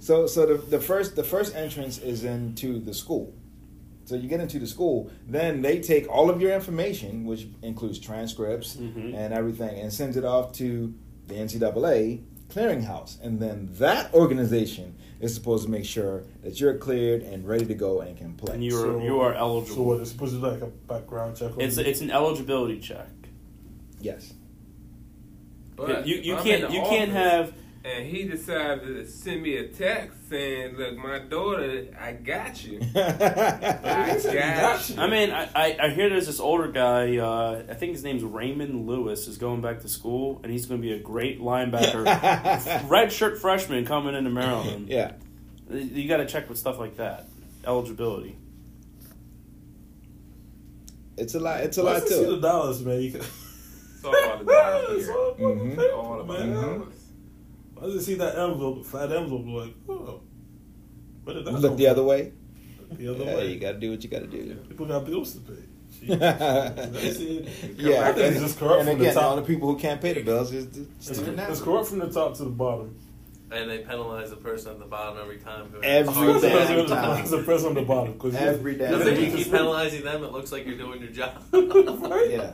Speaker 1: So so the, the first the first entrance is into the school. So you get into the school, then they take all of your information,
Speaker 2: Mm-hmm.
Speaker 1: which includes transcripts
Speaker 6: Mhm.
Speaker 1: and everything, and sends it off to the NCAA clearinghouse, and then that organization is supposed to make sure that you're cleared and ready to go and can play.
Speaker 6: And you are you are eligible.
Speaker 2: So what? It's supposed to be like a background check. on
Speaker 6: it's
Speaker 2: you?
Speaker 6: it's an eligibility check.
Speaker 1: yes,
Speaker 5: But
Speaker 6: you you
Speaker 5: I'm in
Speaker 6: can't
Speaker 5: the
Speaker 6: you can't
Speaker 5: office,
Speaker 6: have
Speaker 5: And he decided to send me a text saying, "Look, my daughter, I got you. I
Speaker 2: said he
Speaker 5: got
Speaker 2: got
Speaker 5: you."
Speaker 2: you.
Speaker 6: I mean, I, I, I hear there's this older guy. Uh, I think his name's Raymond Lewis. Is going back to school, and he's going to be a great linebacker, redshirt freshman coming into Maryland.
Speaker 1: yeah.
Speaker 6: you got to check with stuff like that, eligibility.
Speaker 1: It's a lot. It's a
Speaker 2: Let's
Speaker 1: lot
Speaker 2: just see
Speaker 1: too.
Speaker 2: the dollars, man. You can-
Speaker 5: It's all about the dollars
Speaker 2: It's
Speaker 5: here.
Speaker 2: all about the
Speaker 1: Mhm.
Speaker 2: paper,
Speaker 5: All about
Speaker 2: man.
Speaker 5: the dollars.
Speaker 2: I just see that envelope, fat envelope, like, oh, where did that
Speaker 1: Look
Speaker 2: come
Speaker 1: the other
Speaker 2: from?
Speaker 1: way.
Speaker 2: The other
Speaker 1: Yeah,
Speaker 2: way.
Speaker 1: you got to do what you got to do.
Speaker 2: People got bills to pay. Jesus. That's it.
Speaker 1: yeah,
Speaker 2: I think it's just corrupt
Speaker 1: and
Speaker 2: from
Speaker 1: again,
Speaker 2: the
Speaker 1: all the
Speaker 2: top.
Speaker 1: people who can't pay the bills is just
Speaker 2: It's,
Speaker 1: do it now.
Speaker 2: it's corrupt from the top to the bottom.
Speaker 4: And they penalize the person at the bottom every time. who-
Speaker 1: Every
Speaker 4: Sorry,
Speaker 2: It's the
Speaker 1: damn
Speaker 2: person on the-
Speaker 1: time.
Speaker 2: It's the person on the bottom. 'cause you-
Speaker 1: Every damn
Speaker 4: Doesn't
Speaker 1: time.
Speaker 4: you keep penalizing them? It looks like you're doing your job.
Speaker 2: Right?
Speaker 1: Yeah,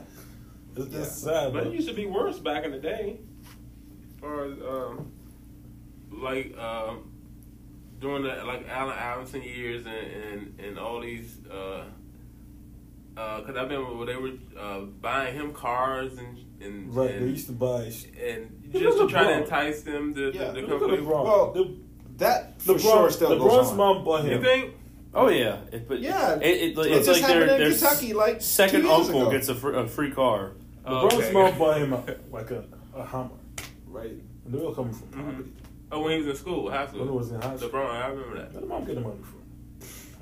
Speaker 2: It's just
Speaker 1: Yeah.
Speaker 2: sad,
Speaker 5: But
Speaker 2: but
Speaker 5: it used to be worse back in the day. As far as um, like um, during the like Allen Iverson years and and, and all these because uh, uh 'cause I remember when they were uh, buying him cars and and
Speaker 2: right, they
Speaker 5: and,
Speaker 2: used to buy. sh-
Speaker 5: and
Speaker 2: Look
Speaker 5: just to
Speaker 2: at
Speaker 5: try to
Speaker 2: LeBron.
Speaker 5: entice them to,
Speaker 1: Yeah,
Speaker 5: to, to
Speaker 2: Look
Speaker 5: come
Speaker 2: at
Speaker 5: with.
Speaker 2: LeBron.
Speaker 1: Well,
Speaker 2: the,
Speaker 1: that for
Speaker 2: LeBron,
Speaker 1: sure still
Speaker 2: LeBron's
Speaker 1: goes on.
Speaker 2: mom bought him.
Speaker 5: You think?
Speaker 6: Oh yeah, it, but
Speaker 1: Yeah,
Speaker 6: it,
Speaker 1: it
Speaker 6: it, it's
Speaker 1: just
Speaker 6: like their,
Speaker 1: happened in
Speaker 6: their
Speaker 1: Kentucky, like, two
Speaker 6: second
Speaker 1: years
Speaker 6: uncle
Speaker 1: ago.
Speaker 6: gets a, fr- a free car.
Speaker 2: LeBron's
Speaker 5: Okay.
Speaker 2: mom bought him a, like a, a hammer, right? And they were coming from poverty.
Speaker 5: Oh, when he was in school, high school.
Speaker 2: When he was in high school.
Speaker 5: LeBron, I remember
Speaker 2: Where did mom get the money from?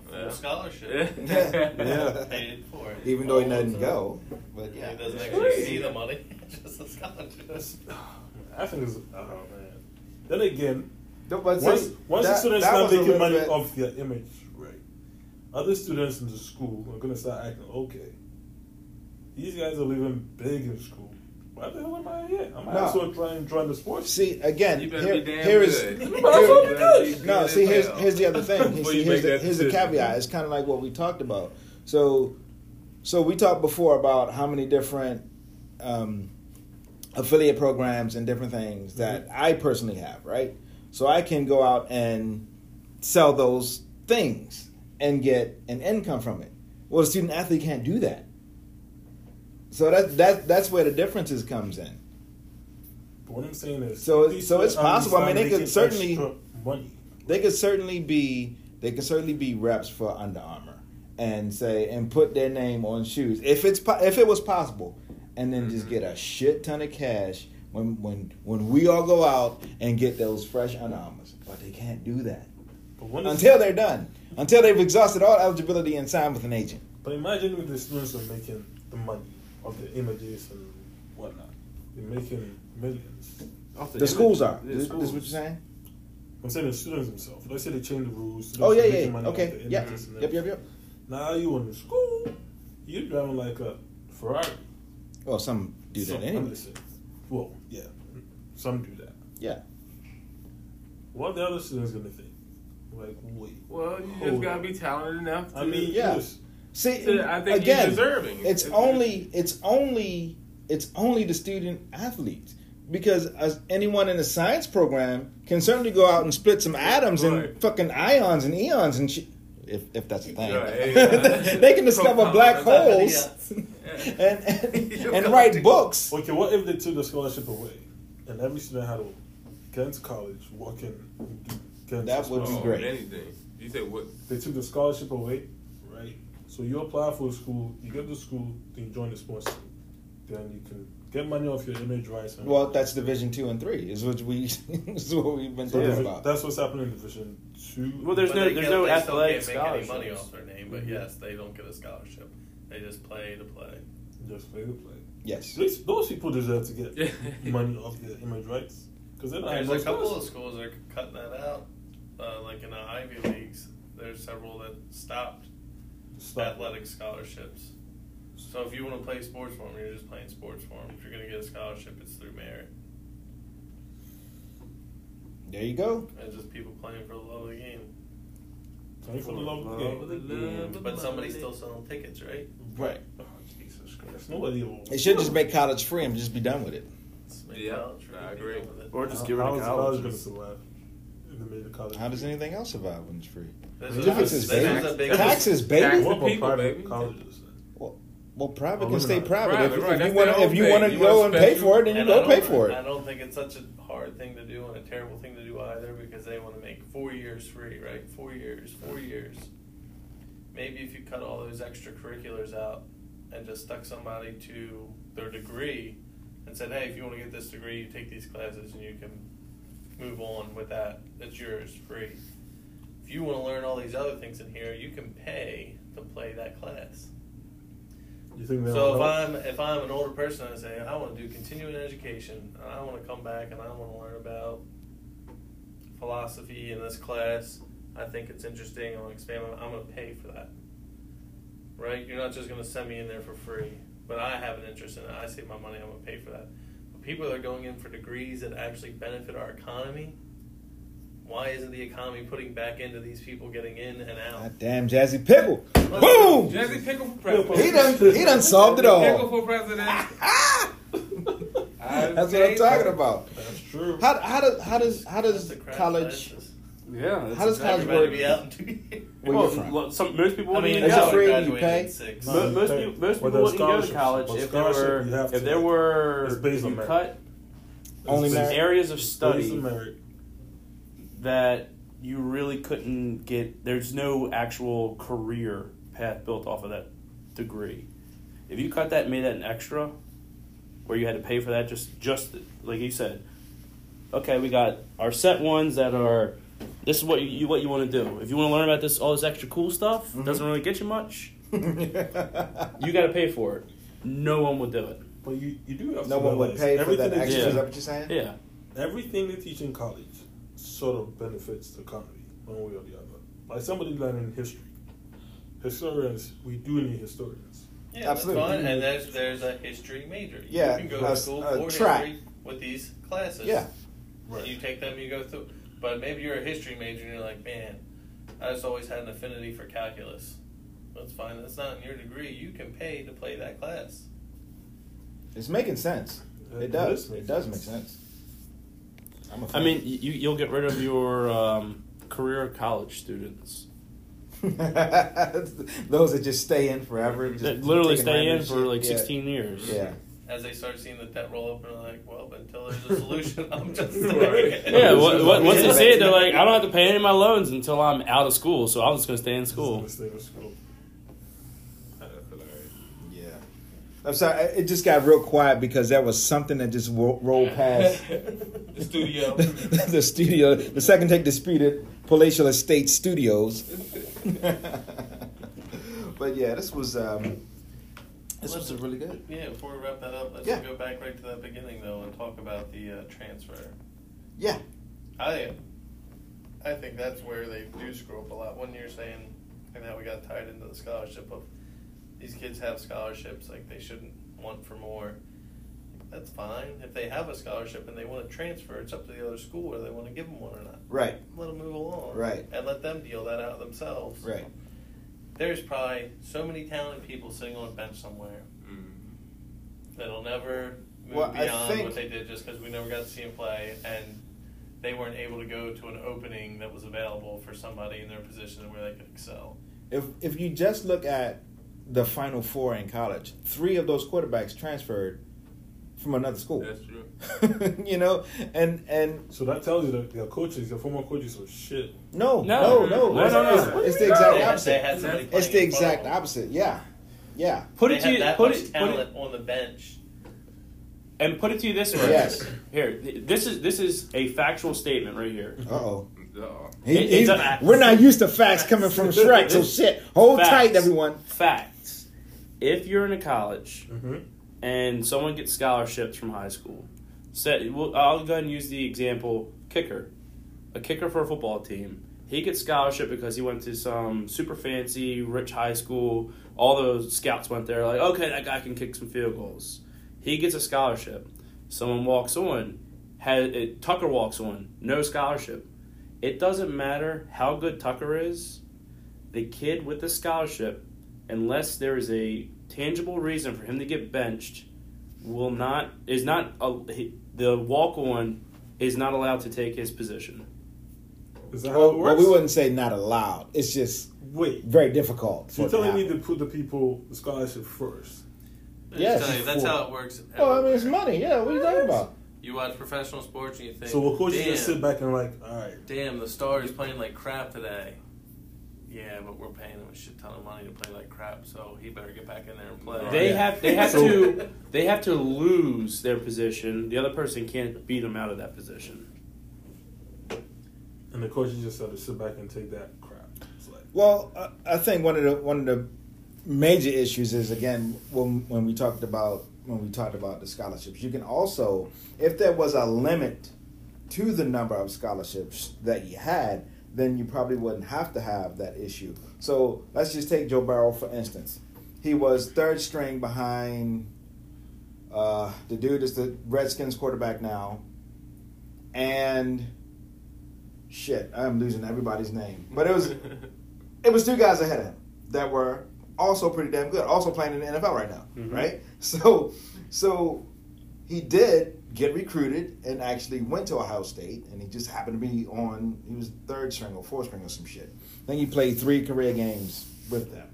Speaker 4: Full
Speaker 5: that.
Speaker 4: scholarship.
Speaker 5: Yeah.
Speaker 1: Yeah.
Speaker 4: Paid for it.
Speaker 1: even though he
Speaker 4: All the
Speaker 1: doesn't
Speaker 4: time.
Speaker 1: go, but yeah,
Speaker 4: He doesn't actually see the money. Just the scholarship.
Speaker 2: I think it's oh man. Then again,
Speaker 1: No, but
Speaker 2: once
Speaker 1: see,
Speaker 2: once the
Speaker 1: that-
Speaker 2: students
Speaker 1: that
Speaker 2: start
Speaker 1: was a
Speaker 2: making
Speaker 1: little
Speaker 2: money
Speaker 1: bit-
Speaker 2: off their image, right? Other students in the school are gonna start acting okay. These guys are living big in school. Why the hell am I here? I'm
Speaker 1: No.
Speaker 2: also trying to join the sports.
Speaker 1: See again,
Speaker 5: You
Speaker 1: here,
Speaker 5: better be damn
Speaker 1: here is
Speaker 5: good.
Speaker 1: here-
Speaker 5: You
Speaker 2: better be
Speaker 5: good.
Speaker 1: no.
Speaker 5: good
Speaker 1: See,
Speaker 5: as
Speaker 1: here's
Speaker 5: hell.
Speaker 1: here's the other thing.
Speaker 5: Before
Speaker 1: See,
Speaker 5: you
Speaker 1: here's
Speaker 5: make
Speaker 1: the,
Speaker 5: that
Speaker 1: here's the
Speaker 5: decision.
Speaker 1: caveat. It's kind of like what we talked about. So, so we talked before about how many different um, affiliate programs and different things
Speaker 5: Mm-hmm.
Speaker 1: that I personally have, right? So I can go out and sell those things and get an income from it. Well, a student athlete can't do that. So that that that's where the differences comes in.
Speaker 2: But what I'm saying is,
Speaker 1: So-
Speaker 2: these
Speaker 1: so it's
Speaker 2: students are
Speaker 1: possible. I mean, they
Speaker 2: making
Speaker 1: could certainly-
Speaker 2: extra money.
Speaker 1: They could certainly be they could certainly be reps for Under Armour and say and put their name on shoes if it's po- if it was possible, and then
Speaker 2: Mm-hmm.
Speaker 1: just get a shit ton of cash when when when we all go out and get those fresh Under Armours. But they can't do that
Speaker 2: But when it's-
Speaker 1: until they're done, until they've exhausted all eligibility and signed with an agent.
Speaker 2: But imagine if the students are making the money of the images and whatnot. They're making millions.
Speaker 1: The schools are. This, this what you're saying?
Speaker 2: I'm saying the students themselves. Let's say they change the rules. Students
Speaker 1: Oh yeah,
Speaker 2: are
Speaker 1: yeah.
Speaker 2: making
Speaker 1: yeah.
Speaker 2: money off
Speaker 1: Okay.
Speaker 2: the
Speaker 1: Yep.
Speaker 2: images and
Speaker 1: Yep. Yep.
Speaker 2: everything.
Speaker 1: Yep.
Speaker 2: Now you in the school, you driving like a Ferrari.
Speaker 1: Well, some do
Speaker 2: Some-
Speaker 1: that anyway.
Speaker 2: listen, Well, yeah, some do that.
Speaker 1: Yeah.
Speaker 2: What the other students gonna think? Like, wait.
Speaker 5: Well, you just
Speaker 2: Hold
Speaker 5: gotta
Speaker 2: on.
Speaker 5: be talented enough. To
Speaker 2: I mean,
Speaker 1: Yeah.
Speaker 2: yes.
Speaker 1: See,
Speaker 5: So I think
Speaker 1: again,
Speaker 5: you're deserving.
Speaker 1: It's only it's only it's only the student athletes because as anyone in the science program can certainly go out and split some atoms
Speaker 5: Right.
Speaker 1: and fucking ions and eons and shit. If, if that's a thing,
Speaker 5: Right, yeah.
Speaker 1: they can discover
Speaker 5: Profound.
Speaker 1: black
Speaker 4: That's
Speaker 1: holes
Speaker 4: an
Speaker 1: and and,
Speaker 4: You
Speaker 1: and
Speaker 4: got
Speaker 1: write
Speaker 4: to-
Speaker 1: books.
Speaker 2: Okay, what if they took the scholarship away, and every student had to get into college, walk in, and do- get into
Speaker 1: That would be
Speaker 2: scholarship?
Speaker 5: Oh,
Speaker 1: great.
Speaker 5: Anything you said, what?
Speaker 2: They took the scholarship away, right? So you apply for a school, you get to school, then you join the sports team, then you can get money off your image rights. and-
Speaker 1: Well, that's division two and three is what we is what we've been
Speaker 2: So
Speaker 1: talking
Speaker 2: divi-
Speaker 1: about.
Speaker 2: that's what's happening in Division Two.
Speaker 6: Well, there's
Speaker 4: But
Speaker 6: no-
Speaker 4: they
Speaker 6: there's
Speaker 4: can't-
Speaker 6: no
Speaker 4: they still
Speaker 6: athletic
Speaker 4: can't make any money
Speaker 6: scholarships. Mm-hmm.
Speaker 4: off their name, but
Speaker 2: Mhm.
Speaker 4: yes, they don't get a scholarship. They just play to play.
Speaker 2: just play to play.
Speaker 1: Yes,
Speaker 2: These, those people deserve to get money off their image rights because they don't have
Speaker 4: There's
Speaker 2: no
Speaker 4: a couple of
Speaker 2: scholarships.
Speaker 4: schools that are cutting that out, uh, like in the Ivy leagues. There's several that stopped
Speaker 2: Stop.
Speaker 4: athletic scholarships. So if you want to play sports for 'em, you're just playing sports for 'em. If you're going to get a scholarship, it's through merit.
Speaker 1: there you go.
Speaker 4: It's just people playing for the love of the game.
Speaker 2: Playing for the love of the
Speaker 6: Love
Speaker 2: game.
Speaker 4: But somebody's still selling tickets, right?
Speaker 1: Right.
Speaker 2: Oh, Jesus Christ! Nobody will.
Speaker 1: It should just make college free and just be done with it.
Speaker 4: It's
Speaker 7: Yeah,
Speaker 4: college.
Speaker 7: I agree.
Speaker 6: Or just get rid
Speaker 2: how
Speaker 6: of
Speaker 2: is
Speaker 6: college.
Speaker 2: going to survive in the middle of college?
Speaker 1: How does anything else survive when it's free?
Speaker 4: This
Speaker 1: The
Speaker 4: is-
Speaker 1: difference is
Speaker 4: this
Speaker 1: baby.
Speaker 4: is a big-
Speaker 1: Taxes, baby.
Speaker 7: Tax-
Speaker 2: What about
Speaker 7: People,
Speaker 2: private
Speaker 7: baby.
Speaker 2: colleges?
Speaker 1: Well, private can
Speaker 2: Aluminum.
Speaker 1: stay private.
Speaker 7: Private,
Speaker 1: if,
Speaker 7: right,
Speaker 1: if
Speaker 7: that's
Speaker 1: you want,
Speaker 7: their own
Speaker 1: if you
Speaker 7: thing.
Speaker 1: want to
Speaker 7: You
Speaker 1: go
Speaker 7: wanna
Speaker 1: and pay
Speaker 7: spend-
Speaker 1: for it, then you
Speaker 4: And I
Speaker 1: go
Speaker 4: don't-
Speaker 1: pay for
Speaker 4: I
Speaker 1: it.
Speaker 4: don't think it's such a hard thing to do and a terrible thing to do either because they want to make four years free, right? Four years, four years. Maybe if you cut all those extracurriculars out and just stuck somebody to their degree and said, hey, if you want to get this degree, you take these classes and you can move on with that. It's yours, free. If you want to learn all these other things in here, you can pay to play that class.
Speaker 2: You think they
Speaker 4: So if
Speaker 2: don't
Speaker 4: I'm if I'm an older person, I say I want to do continuing education. and I want to come back and I want to learn about philosophy in this class. I think it's interesting. I want to expand. on it. I'm going to pay for that. Right? You're not just going to send me in there for free. But I have an interest in it. I save my money. I'm going to pay for that. But people that are going in for degrees that actually benefit our economy. Why isn't the economy putting back into these people getting in and out?
Speaker 1: God damn Jazzy Pickle. Boom!
Speaker 5: Jesse Pickle for president.
Speaker 1: He done, he done solved it
Speaker 5: Pickle
Speaker 1: all.
Speaker 5: for president. I
Speaker 1: That's what
Speaker 5: say-
Speaker 1: I'm talking about.
Speaker 2: That's true.
Speaker 1: How, how does how does how does
Speaker 4: That's the crap
Speaker 1: college?
Speaker 4: classes.
Speaker 6: Yeah. that's
Speaker 1: How does college
Speaker 4: Everybody
Speaker 1: work?
Speaker 4: be out in two years.
Speaker 1: Where
Speaker 6: well,
Speaker 1: you from?
Speaker 6: lo- some, most people
Speaker 4: I
Speaker 6: wouldn't
Speaker 4: mean,
Speaker 1: is
Speaker 6: even
Speaker 1: it
Speaker 6: go.
Speaker 1: free?
Speaker 4: graduated
Speaker 1: You pay?
Speaker 4: in six.
Speaker 2: No,
Speaker 6: Mo-
Speaker 2: you
Speaker 6: most
Speaker 2: pay.
Speaker 6: people, most
Speaker 2: Well,
Speaker 6: people wouldn't go to
Speaker 2: scholarships-
Speaker 6: college
Speaker 2: well,
Speaker 6: if there
Speaker 2: scholarship, you
Speaker 6: were
Speaker 2: have
Speaker 6: if
Speaker 2: to.
Speaker 6: there
Speaker 2: It's
Speaker 6: were
Speaker 2: based on
Speaker 6: you
Speaker 2: merit.
Speaker 6: cut
Speaker 2: It's
Speaker 1: Only
Speaker 2: based-
Speaker 1: merit.
Speaker 6: areas of
Speaker 2: it's based on
Speaker 6: study
Speaker 2: merit.
Speaker 6: that you really couldn't get. There's no actual career path built off of that degree. If you cut that, and made that an extra, where you had to pay for that, just just like you said. Okay, we got our set ones that are. This is what you, you what you want to do. If you want to learn about this, all this extra cool stuff
Speaker 1: Mhm.
Speaker 6: doesn't really get you much. You got to pay for it. No one would do it.
Speaker 2: But you, you do have to
Speaker 1: no one would
Speaker 2: realize
Speaker 1: pay for
Speaker 2: everything
Speaker 1: that
Speaker 2: they
Speaker 1: extra.
Speaker 2: teach-
Speaker 1: Is that what you're saying?
Speaker 6: Yeah.
Speaker 2: everything they teach in college sort of benefits the economy one way or the other. Like somebody learning history, historians, we do need historians.
Speaker 4: Yeah,
Speaker 1: Absolutely.
Speaker 4: That's fine. And there's there's a history major.
Speaker 1: Yeah,
Speaker 4: you can go
Speaker 1: a-
Speaker 4: to school
Speaker 1: a
Speaker 4: for
Speaker 1: track.
Speaker 4: history with these classes.
Speaker 1: Yeah.
Speaker 4: And you take them, you go through. But maybe you're a history major and you're like, man, I just always had an affinity for calculus. That's fine. That's not in your degree. You can pay to play that class.
Speaker 1: It's making sense. It does. It does make sense. I'm a
Speaker 6: I mean, you you'll get rid of your um, career college students.
Speaker 1: those that just stay in forever. and just
Speaker 6: That literally
Speaker 1: taking
Speaker 6: stay in
Speaker 1: random
Speaker 6: for
Speaker 1: shit.
Speaker 6: like
Speaker 1: Yeah.
Speaker 6: 16 years.
Speaker 1: Yeah.
Speaker 4: As they start seeing the debt roll up, and they're like, well, but until there's a solution, I'm just
Speaker 2: Right.
Speaker 4: staying.
Speaker 6: Yeah, what, what, once they
Speaker 1: Yeah.
Speaker 6: see it, they're like, I don't have to pay any of my loans until I'm out of school, so I'm just going to stay in school.
Speaker 2: school. I feel like-
Speaker 1: Yeah. I'm sorry. It just got real quiet because that was something that just ro- rolled past
Speaker 5: the studio.
Speaker 1: the studio. The second take disputed Palatial Estate Studios. but yeah, this was um, this was really good.
Speaker 4: Yeah, before we wrap that up, let's
Speaker 1: Yeah.
Speaker 4: go back right to that beginning, though, and talk about the uh, transfer.
Speaker 1: Yeah.
Speaker 4: I I think that's where they do screw up a lot. When you're saying and that we got tied into the scholarship of these kids have scholarships, like they shouldn't want for more. That's fine. If they have a scholarship and they want to transfer, it's up to the other school whether they want to give them one or not.
Speaker 1: Right.
Speaker 4: Let them move along.
Speaker 1: Right.
Speaker 4: And let them deal that out themselves.
Speaker 1: Right.
Speaker 4: There's probably so many talented people sitting on a bench somewhere that'll never move
Speaker 1: Well, I
Speaker 4: beyond
Speaker 1: think-
Speaker 4: what they did just because we never got to see them play and they weren't able to go to an opening that was available for somebody in their position where they could excel.
Speaker 1: If if you just look at the Final Four in college, three of those quarterbacks transferred from another school.
Speaker 7: That's true.
Speaker 1: you know, and and
Speaker 2: So that tells you that their coaches, their former coaches, were shit.
Speaker 1: no,
Speaker 6: No.
Speaker 1: no, no,
Speaker 6: No, no,
Speaker 1: it's,
Speaker 6: no.
Speaker 1: it's the exact
Speaker 4: They
Speaker 6: No.
Speaker 4: had- they
Speaker 1: opposite.
Speaker 4: had somebody
Speaker 1: It's
Speaker 4: playing
Speaker 1: the
Speaker 4: in front of
Speaker 1: exact
Speaker 4: them.
Speaker 1: opposite. Yeah, yeah.
Speaker 6: Put
Speaker 4: They
Speaker 6: it
Speaker 4: had
Speaker 6: to you,
Speaker 4: that
Speaker 6: put
Speaker 4: much
Speaker 6: it, put
Speaker 4: talent
Speaker 6: it,
Speaker 4: on the bench.
Speaker 6: and put it to you this way.
Speaker 1: Yes.
Speaker 6: Here, th- this is this is a factual statement right here.
Speaker 2: Mm-hmm.
Speaker 1: Uh oh.
Speaker 7: Oh.
Speaker 1: He,
Speaker 6: It-
Speaker 1: he's-
Speaker 6: it's a-
Speaker 1: we're not used to facts coming from Shrek, so shit. Hold
Speaker 6: Facts.
Speaker 1: tight, everyone.
Speaker 6: Facts. If you're in a college
Speaker 2: Mm-hmm.
Speaker 6: and someone gets scholarships from high school, set, well, I'll go ahead and use the example kicker. A kicker for a football team. He gets scholarship because he went to some super fancy, rich high school. All those scouts went there, like, okay, that guy can kick some field goals. He gets a scholarship. Someone walks on. Has, it, Tucker walks on. No scholarship. It doesn't matter how good Tucker is. The kid with the scholarship unless there is a tangible reason for him to get benched, will not is not a, he- the walk on is not allowed to take his position.
Speaker 2: Is that how
Speaker 1: Well,
Speaker 2: it
Speaker 1: well,
Speaker 2: works?
Speaker 1: we wouldn't say not allowed. It's just
Speaker 2: Wait,
Speaker 1: very difficult.
Speaker 2: so
Speaker 1: For
Speaker 2: you're
Speaker 1: it to
Speaker 2: telling me to
Speaker 1: happen.
Speaker 2: put the people the scholarship first?
Speaker 4: I'm
Speaker 1: Yes,
Speaker 4: just telling you, that's
Speaker 1: for-
Speaker 4: how it works.
Speaker 1: Oh, I mean, it's
Speaker 4: everywhere.
Speaker 1: money. Yeah, what are you talking about?
Speaker 4: You watch professional sports and you think,
Speaker 2: So will coaches
Speaker 4: damn,
Speaker 2: just sit back and like, all right,
Speaker 4: damn, the star is playing like crap today. Yeah, but we're paying him a shit ton of money to play like crap, so he better get back in there and play.
Speaker 6: They
Speaker 1: Yeah.
Speaker 6: have they have
Speaker 2: So-
Speaker 6: to they have to lose their position. The other person can't beat them out of that position.
Speaker 2: and the coaches just have to sit back and take that crap. It's like,
Speaker 1: Well, I, I think one of the one of the major issues is again when when we talked about when we talked about the scholarships. You can also, if there was a limit to the number of scholarships that you had, then you probably wouldn't have to have that issue. So let's just take Joe Barrow for instance. He was third string behind uh, the dude is the Redskins quarterback now, and shit, I'm losing everybody's name. But it was it was two guys ahead of him that were also pretty damn good, also playing in the NFL right now,
Speaker 6: Mhm.
Speaker 1: right? So, so he did get recruited and actually went to Ohio State, and he just happened to be on. He was third string or fourth string or some shit. I think he played three career games with them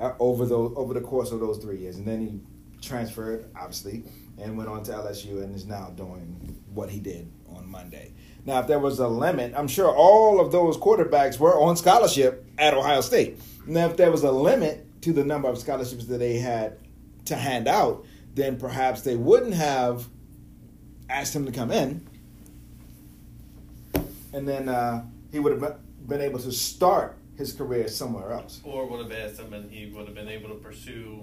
Speaker 1: uh, over the over the course of those three years, and then he transferred, obviously, and went on to LSU, and is now doing what he did on Monday. Now, if there was a limit, I'm sure all of those quarterbacks were on scholarship at Ohio State. Now, if there was a limit to the number of scholarships that they had to hand out, then perhaps they wouldn't have asked him to come in, and then uh, he would have been- been able to start his career somewhere else.
Speaker 4: Or would have asked him, and he would have been able to pursue.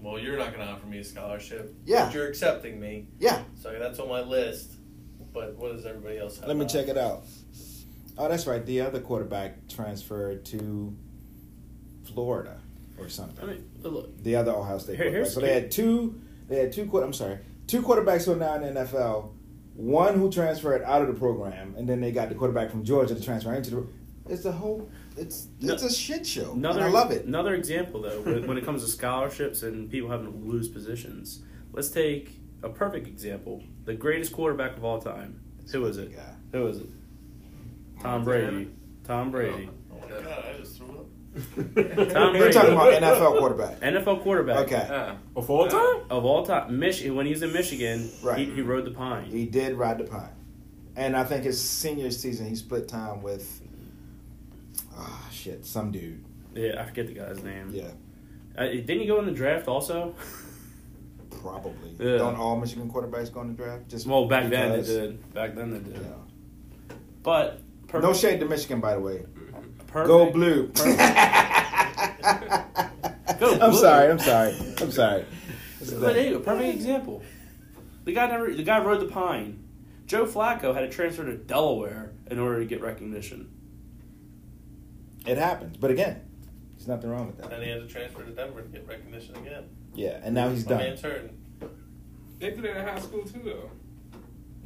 Speaker 4: Well, you're not going to offer me a scholarship.
Speaker 1: Yeah.
Speaker 4: But you're accepting me,
Speaker 1: Yeah,
Speaker 4: so that's on my list. But what does everybody else have?
Speaker 1: let me
Speaker 4: on?
Speaker 1: check it out. Oh, that's right. The other quarterback transferred to Florida or something.
Speaker 6: I mean, look,
Speaker 1: the other Ohio State
Speaker 6: Here-
Speaker 1: quarterback.
Speaker 6: here's
Speaker 1: So they had two. They had two. quarter- I'm sorry, two quarterbacks who are now in the NFL. One who transferred out of the program, and then they got the quarterback from Georgia to transfer into the. It's a whole. It's
Speaker 6: No-
Speaker 1: it's a shit show. and
Speaker 6: Another,
Speaker 1: I love it.
Speaker 6: Another example, though, when when it comes to scholarships and people having to lose positions, let's take a perfect example. The greatest quarterback of all time. Who is it?
Speaker 1: Yeah.
Speaker 6: Who is it? Tom Brady. Tom Brady.
Speaker 4: Oh my god, I just threw up.
Speaker 6: Tom
Speaker 1: You're
Speaker 6: Brady.
Speaker 1: talking about NFL quarterback.
Speaker 6: NFL quarterback.
Speaker 1: Okay,
Speaker 2: of Oh, all time.
Speaker 6: Of all time, Michigan. When he was in Michigan,
Speaker 1: Right.
Speaker 6: he, he rode the pine.
Speaker 1: he did ride the pine, and I think his senior season he split time with. Ah shit, some dude.
Speaker 6: yeah, I forget the guy's name.
Speaker 1: Yeah,
Speaker 6: Uh, didn't he go in the draft also?
Speaker 1: probably.
Speaker 6: Yeah.
Speaker 1: Don't all Michigan quarterbacks go in the draft? Just
Speaker 6: well, back then they
Speaker 1: because-
Speaker 6: did. Back then they did.
Speaker 1: Yeah.
Speaker 6: But perfect,
Speaker 1: No shade to Michigan, by the way.
Speaker 6: perfect-
Speaker 1: Go blue.
Speaker 6: Go
Speaker 1: I'm
Speaker 6: blue.
Speaker 1: sorry. I'm sorry. I'm sorry. This is
Speaker 6: But
Speaker 1: that-
Speaker 6: hey, a perfect example. The guy never. The guy rode the pine. Joe Flacco had to transfer to Delaware in order to get recognition.
Speaker 1: It happens. But again, there's nothing wrong with
Speaker 4: And he
Speaker 1: that.
Speaker 4: had to transfer to Denver to get recognition again.
Speaker 1: Yeah, and now he's
Speaker 4: My man
Speaker 1: done.
Speaker 4: turned.
Speaker 5: They do that in high school too, though.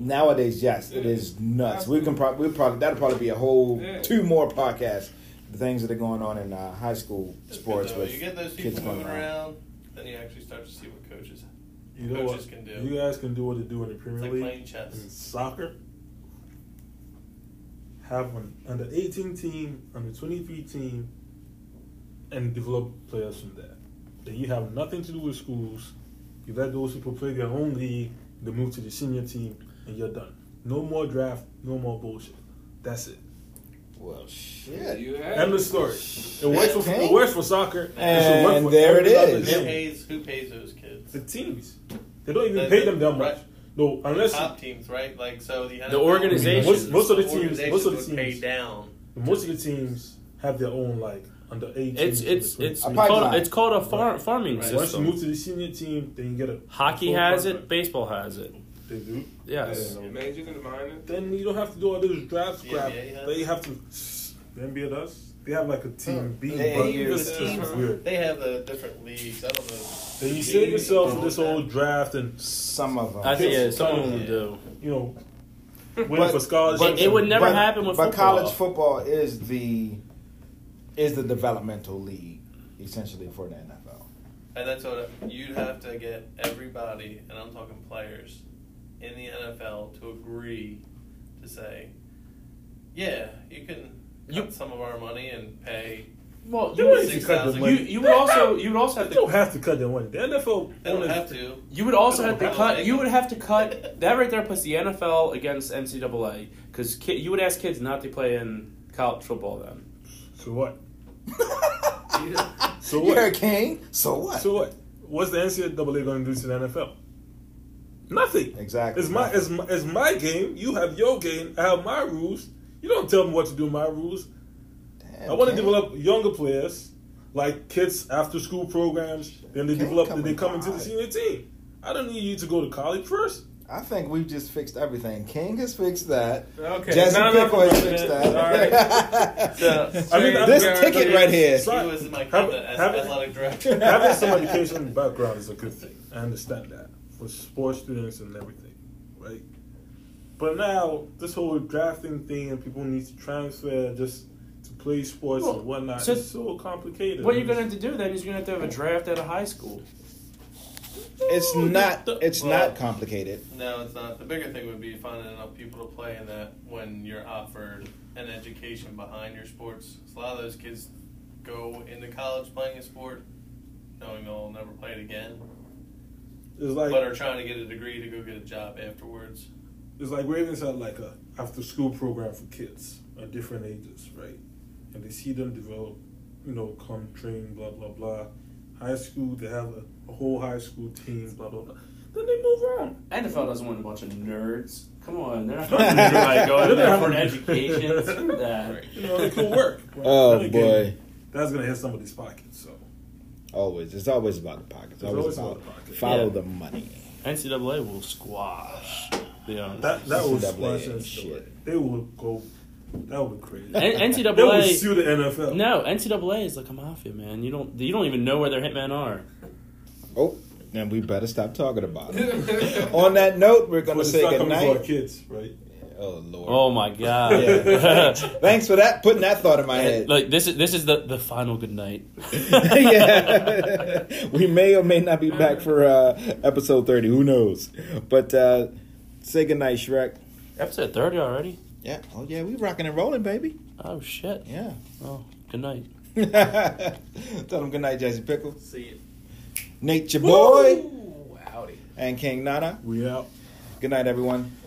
Speaker 1: Nowadays, yes, it is nuts. We can probably, we'll probably that'll probably be a whole
Speaker 5: Yeah.
Speaker 1: two more podcasts. The things that are going on in uh, high school
Speaker 4: It's
Speaker 1: sports
Speaker 4: good, though.
Speaker 1: with
Speaker 4: You get those
Speaker 1: kids
Speaker 4: people
Speaker 1: going
Speaker 4: moving
Speaker 1: around.
Speaker 4: around, then you actually start to see what coaches.
Speaker 2: You know
Speaker 4: Coaches
Speaker 2: what?
Speaker 4: can do.
Speaker 2: You guys can do what they do in the Premier
Speaker 4: It's like
Speaker 2: League.
Speaker 4: playing chess.
Speaker 2: In soccer, have an under 18 team, under 23 team, and develop players from there. That you have nothing to do with schools. You let those people play their own league, they move to the senior team, and you're done. No more draft, no more bullshit. That's it.
Speaker 1: Well,
Speaker 5: Yeah,
Speaker 1: shit.
Speaker 5: you have.
Speaker 2: End of story. It works for
Speaker 1: Okay.
Speaker 2: it works for soccer. It should
Speaker 1: And
Speaker 2: work for
Speaker 1: there it
Speaker 2: every other
Speaker 1: is.
Speaker 4: Who
Speaker 1: Yeah.
Speaker 2: game.
Speaker 4: pays? Who pays those kids?
Speaker 2: The teams. They don't even
Speaker 4: The-
Speaker 2: pay them that
Speaker 4: right. Uh,
Speaker 2: much. No, unless
Speaker 4: top teams, right? Like so, the, NFL,
Speaker 6: organizations.
Speaker 2: Most- most of the
Speaker 4: the
Speaker 2: teams-
Speaker 4: organizations
Speaker 2: most of the
Speaker 4: would pay
Speaker 2: teams.
Speaker 4: down.
Speaker 2: Most of the teams have their own like under eighteen.
Speaker 6: It's it's
Speaker 2: under
Speaker 6: it's
Speaker 1: A
Speaker 2: 20.
Speaker 1: pipeline.
Speaker 6: called, it's called a far, farming
Speaker 4: Right.
Speaker 2: once you move
Speaker 6: system.
Speaker 2: to the senior team, then you get a
Speaker 6: Hockey
Speaker 2: full
Speaker 6: has
Speaker 2: contract.
Speaker 6: it. Baseball has it.
Speaker 2: They do.
Speaker 6: Yes.
Speaker 5: Yeah, Majors and the minors.
Speaker 2: Then you don't have to do all this draft
Speaker 4: The
Speaker 2: crap.
Speaker 4: NBA has
Speaker 2: They
Speaker 4: it.
Speaker 2: have to. The NBA does. They have like a team B,
Speaker 1: Yeah,
Speaker 2: but
Speaker 1: you-
Speaker 2: it's just
Speaker 5: teams.
Speaker 2: weird.
Speaker 4: They have the different leagues. I don't know.
Speaker 2: Then you save yourself for this whole draft and
Speaker 1: Some of them.
Speaker 6: I think yeah,
Speaker 2: Kids-
Speaker 6: some of them
Speaker 4: Yeah.
Speaker 6: do.
Speaker 2: you know waiting
Speaker 1: But-
Speaker 2: for scholarships.
Speaker 6: It- it would
Speaker 2: and-
Speaker 6: never happen with
Speaker 1: but
Speaker 6: football.
Speaker 1: college football is the is the developmental league essentially for the NFL.
Speaker 4: And that's what you'd have to get everybody, and I'm talking players, in the NFL to agree to say, yeah, you can
Speaker 6: You-
Speaker 4: cut some of our money and pay.
Speaker 6: Well,
Speaker 2: They
Speaker 6: you,
Speaker 2: don't
Speaker 6: would-
Speaker 2: need to cut the
Speaker 6: you,
Speaker 2: money.
Speaker 6: you would also you would also have
Speaker 2: They
Speaker 6: to
Speaker 2: don't have to cut that money. The NFL
Speaker 4: They don't
Speaker 2: owners-
Speaker 4: have to.
Speaker 6: You would also have to
Speaker 4: Well,
Speaker 6: cut.
Speaker 4: they-
Speaker 6: You would have to cut that right there. Puts the NFL against NCAA because ki- you would ask kids not to play in college football then.
Speaker 2: So what? So
Speaker 1: You're a
Speaker 2: what?
Speaker 1: king. So what?
Speaker 2: So what? What's the NCAA going to do to the NFL? Nothing.
Speaker 1: Exactly.
Speaker 2: It's my it's my, it's my game. You have your game. I have my rules. You don't tell me what to do. My rules.
Speaker 1: Damn,
Speaker 2: I want to
Speaker 1: King.
Speaker 2: develop younger players, like kids after school programs. Then they
Speaker 1: Can't
Speaker 2: develop.
Speaker 1: come
Speaker 2: Then they come
Speaker 1: and
Speaker 2: into the
Speaker 1: buy.
Speaker 2: senior team. I don't need you to go to college first.
Speaker 1: I think we've just fixed everything. King has fixed that.
Speaker 5: Okay.
Speaker 1: Jesse
Speaker 5: no, no,
Speaker 1: Pickle
Speaker 5: no,
Speaker 1: has
Speaker 5: no,
Speaker 1: fixed
Speaker 5: no.
Speaker 1: that.
Speaker 4: So-
Speaker 2: I mean, I'm-
Speaker 1: this
Speaker 5: Yeah,
Speaker 1: ticket
Speaker 5: yeah.
Speaker 1: right here.
Speaker 4: He was my
Speaker 2: Have-
Speaker 4: as
Speaker 2: have-
Speaker 4: athletic director.
Speaker 2: Having some education background is a good thing. I understand that for sports students and everything, right? But now this whole drafting thing and people need to transfer just to play sports
Speaker 6: Well,
Speaker 2: and whatnot
Speaker 6: so-
Speaker 2: is so complicated.
Speaker 6: What you're gonna have to do then is you're gonna have to have a draft out of high school.
Speaker 1: It's not. It's
Speaker 4: Well-
Speaker 1: not complicated.
Speaker 4: No, it's not. The bigger thing would be finding enough people to play in that when you're offered an education behind your sports. 'Cause a lot of those kids go into college playing a sport knowing they'll never play it again,
Speaker 2: It's like
Speaker 4: but are trying to get a degree to go get a job afterwards.
Speaker 2: It's like Ravens had like a after school program for kids at different ages, right? And they see them develop, you know, come train, blah blah blah. High school, they have a, a whole high school team, blah blah blah. Then they move on.
Speaker 6: NFL doesn't want a bunch of nerds. Come on, they're not gonna be like going there for an education. Screw that.
Speaker 2: You know, it could work. right?
Speaker 1: Oh
Speaker 2: Then again,
Speaker 1: boy,
Speaker 2: that's gonna hit somebody's pockets. So
Speaker 1: always. It's always about the pockets.
Speaker 2: It's
Speaker 1: Always,
Speaker 2: always
Speaker 1: about,
Speaker 2: about the pocket.
Speaker 1: follow
Speaker 6: Yeah.
Speaker 1: the money.
Speaker 6: NCAA will squash the um,
Speaker 2: that that will
Speaker 1: NCAA
Speaker 2: splash and
Speaker 1: shit.
Speaker 2: They will go. That would be crazy.
Speaker 6: N-
Speaker 2: They will
Speaker 6: NCAA.
Speaker 2: sue the NFL.
Speaker 6: No, NCAA is like a mafia, man. You don't you don't even know where their hitmen are.
Speaker 1: Oh, and we better stop talking about it.
Speaker 5: no.
Speaker 1: On that note, we're
Speaker 2: But
Speaker 1: gonna
Speaker 2: it's
Speaker 1: say
Speaker 2: not
Speaker 1: good
Speaker 2: coming for our
Speaker 1: night.
Speaker 2: kids, right?
Speaker 1: Oh lord.
Speaker 6: Oh my god.
Speaker 1: Yeah. Thanks for that. Putting that thought in my head.
Speaker 6: Like this is this is the, the final good night.
Speaker 1: yeah. we may or may not be back for uh, episode 30. Who knows? But uh, say goodnight, Shrek.
Speaker 6: Episode thirty already.
Speaker 1: Yeah. Oh, yeah. We rocking and rolling, baby.
Speaker 6: Oh shit.
Speaker 1: Yeah.
Speaker 6: Oh, good night.
Speaker 1: Tell them goodnight, Jazzy Pickle.
Speaker 4: See it.
Speaker 1: Nate, your boy.
Speaker 5: Ooh, howdy.
Speaker 1: And King Nana.
Speaker 2: We out.
Speaker 1: Good night, everyone.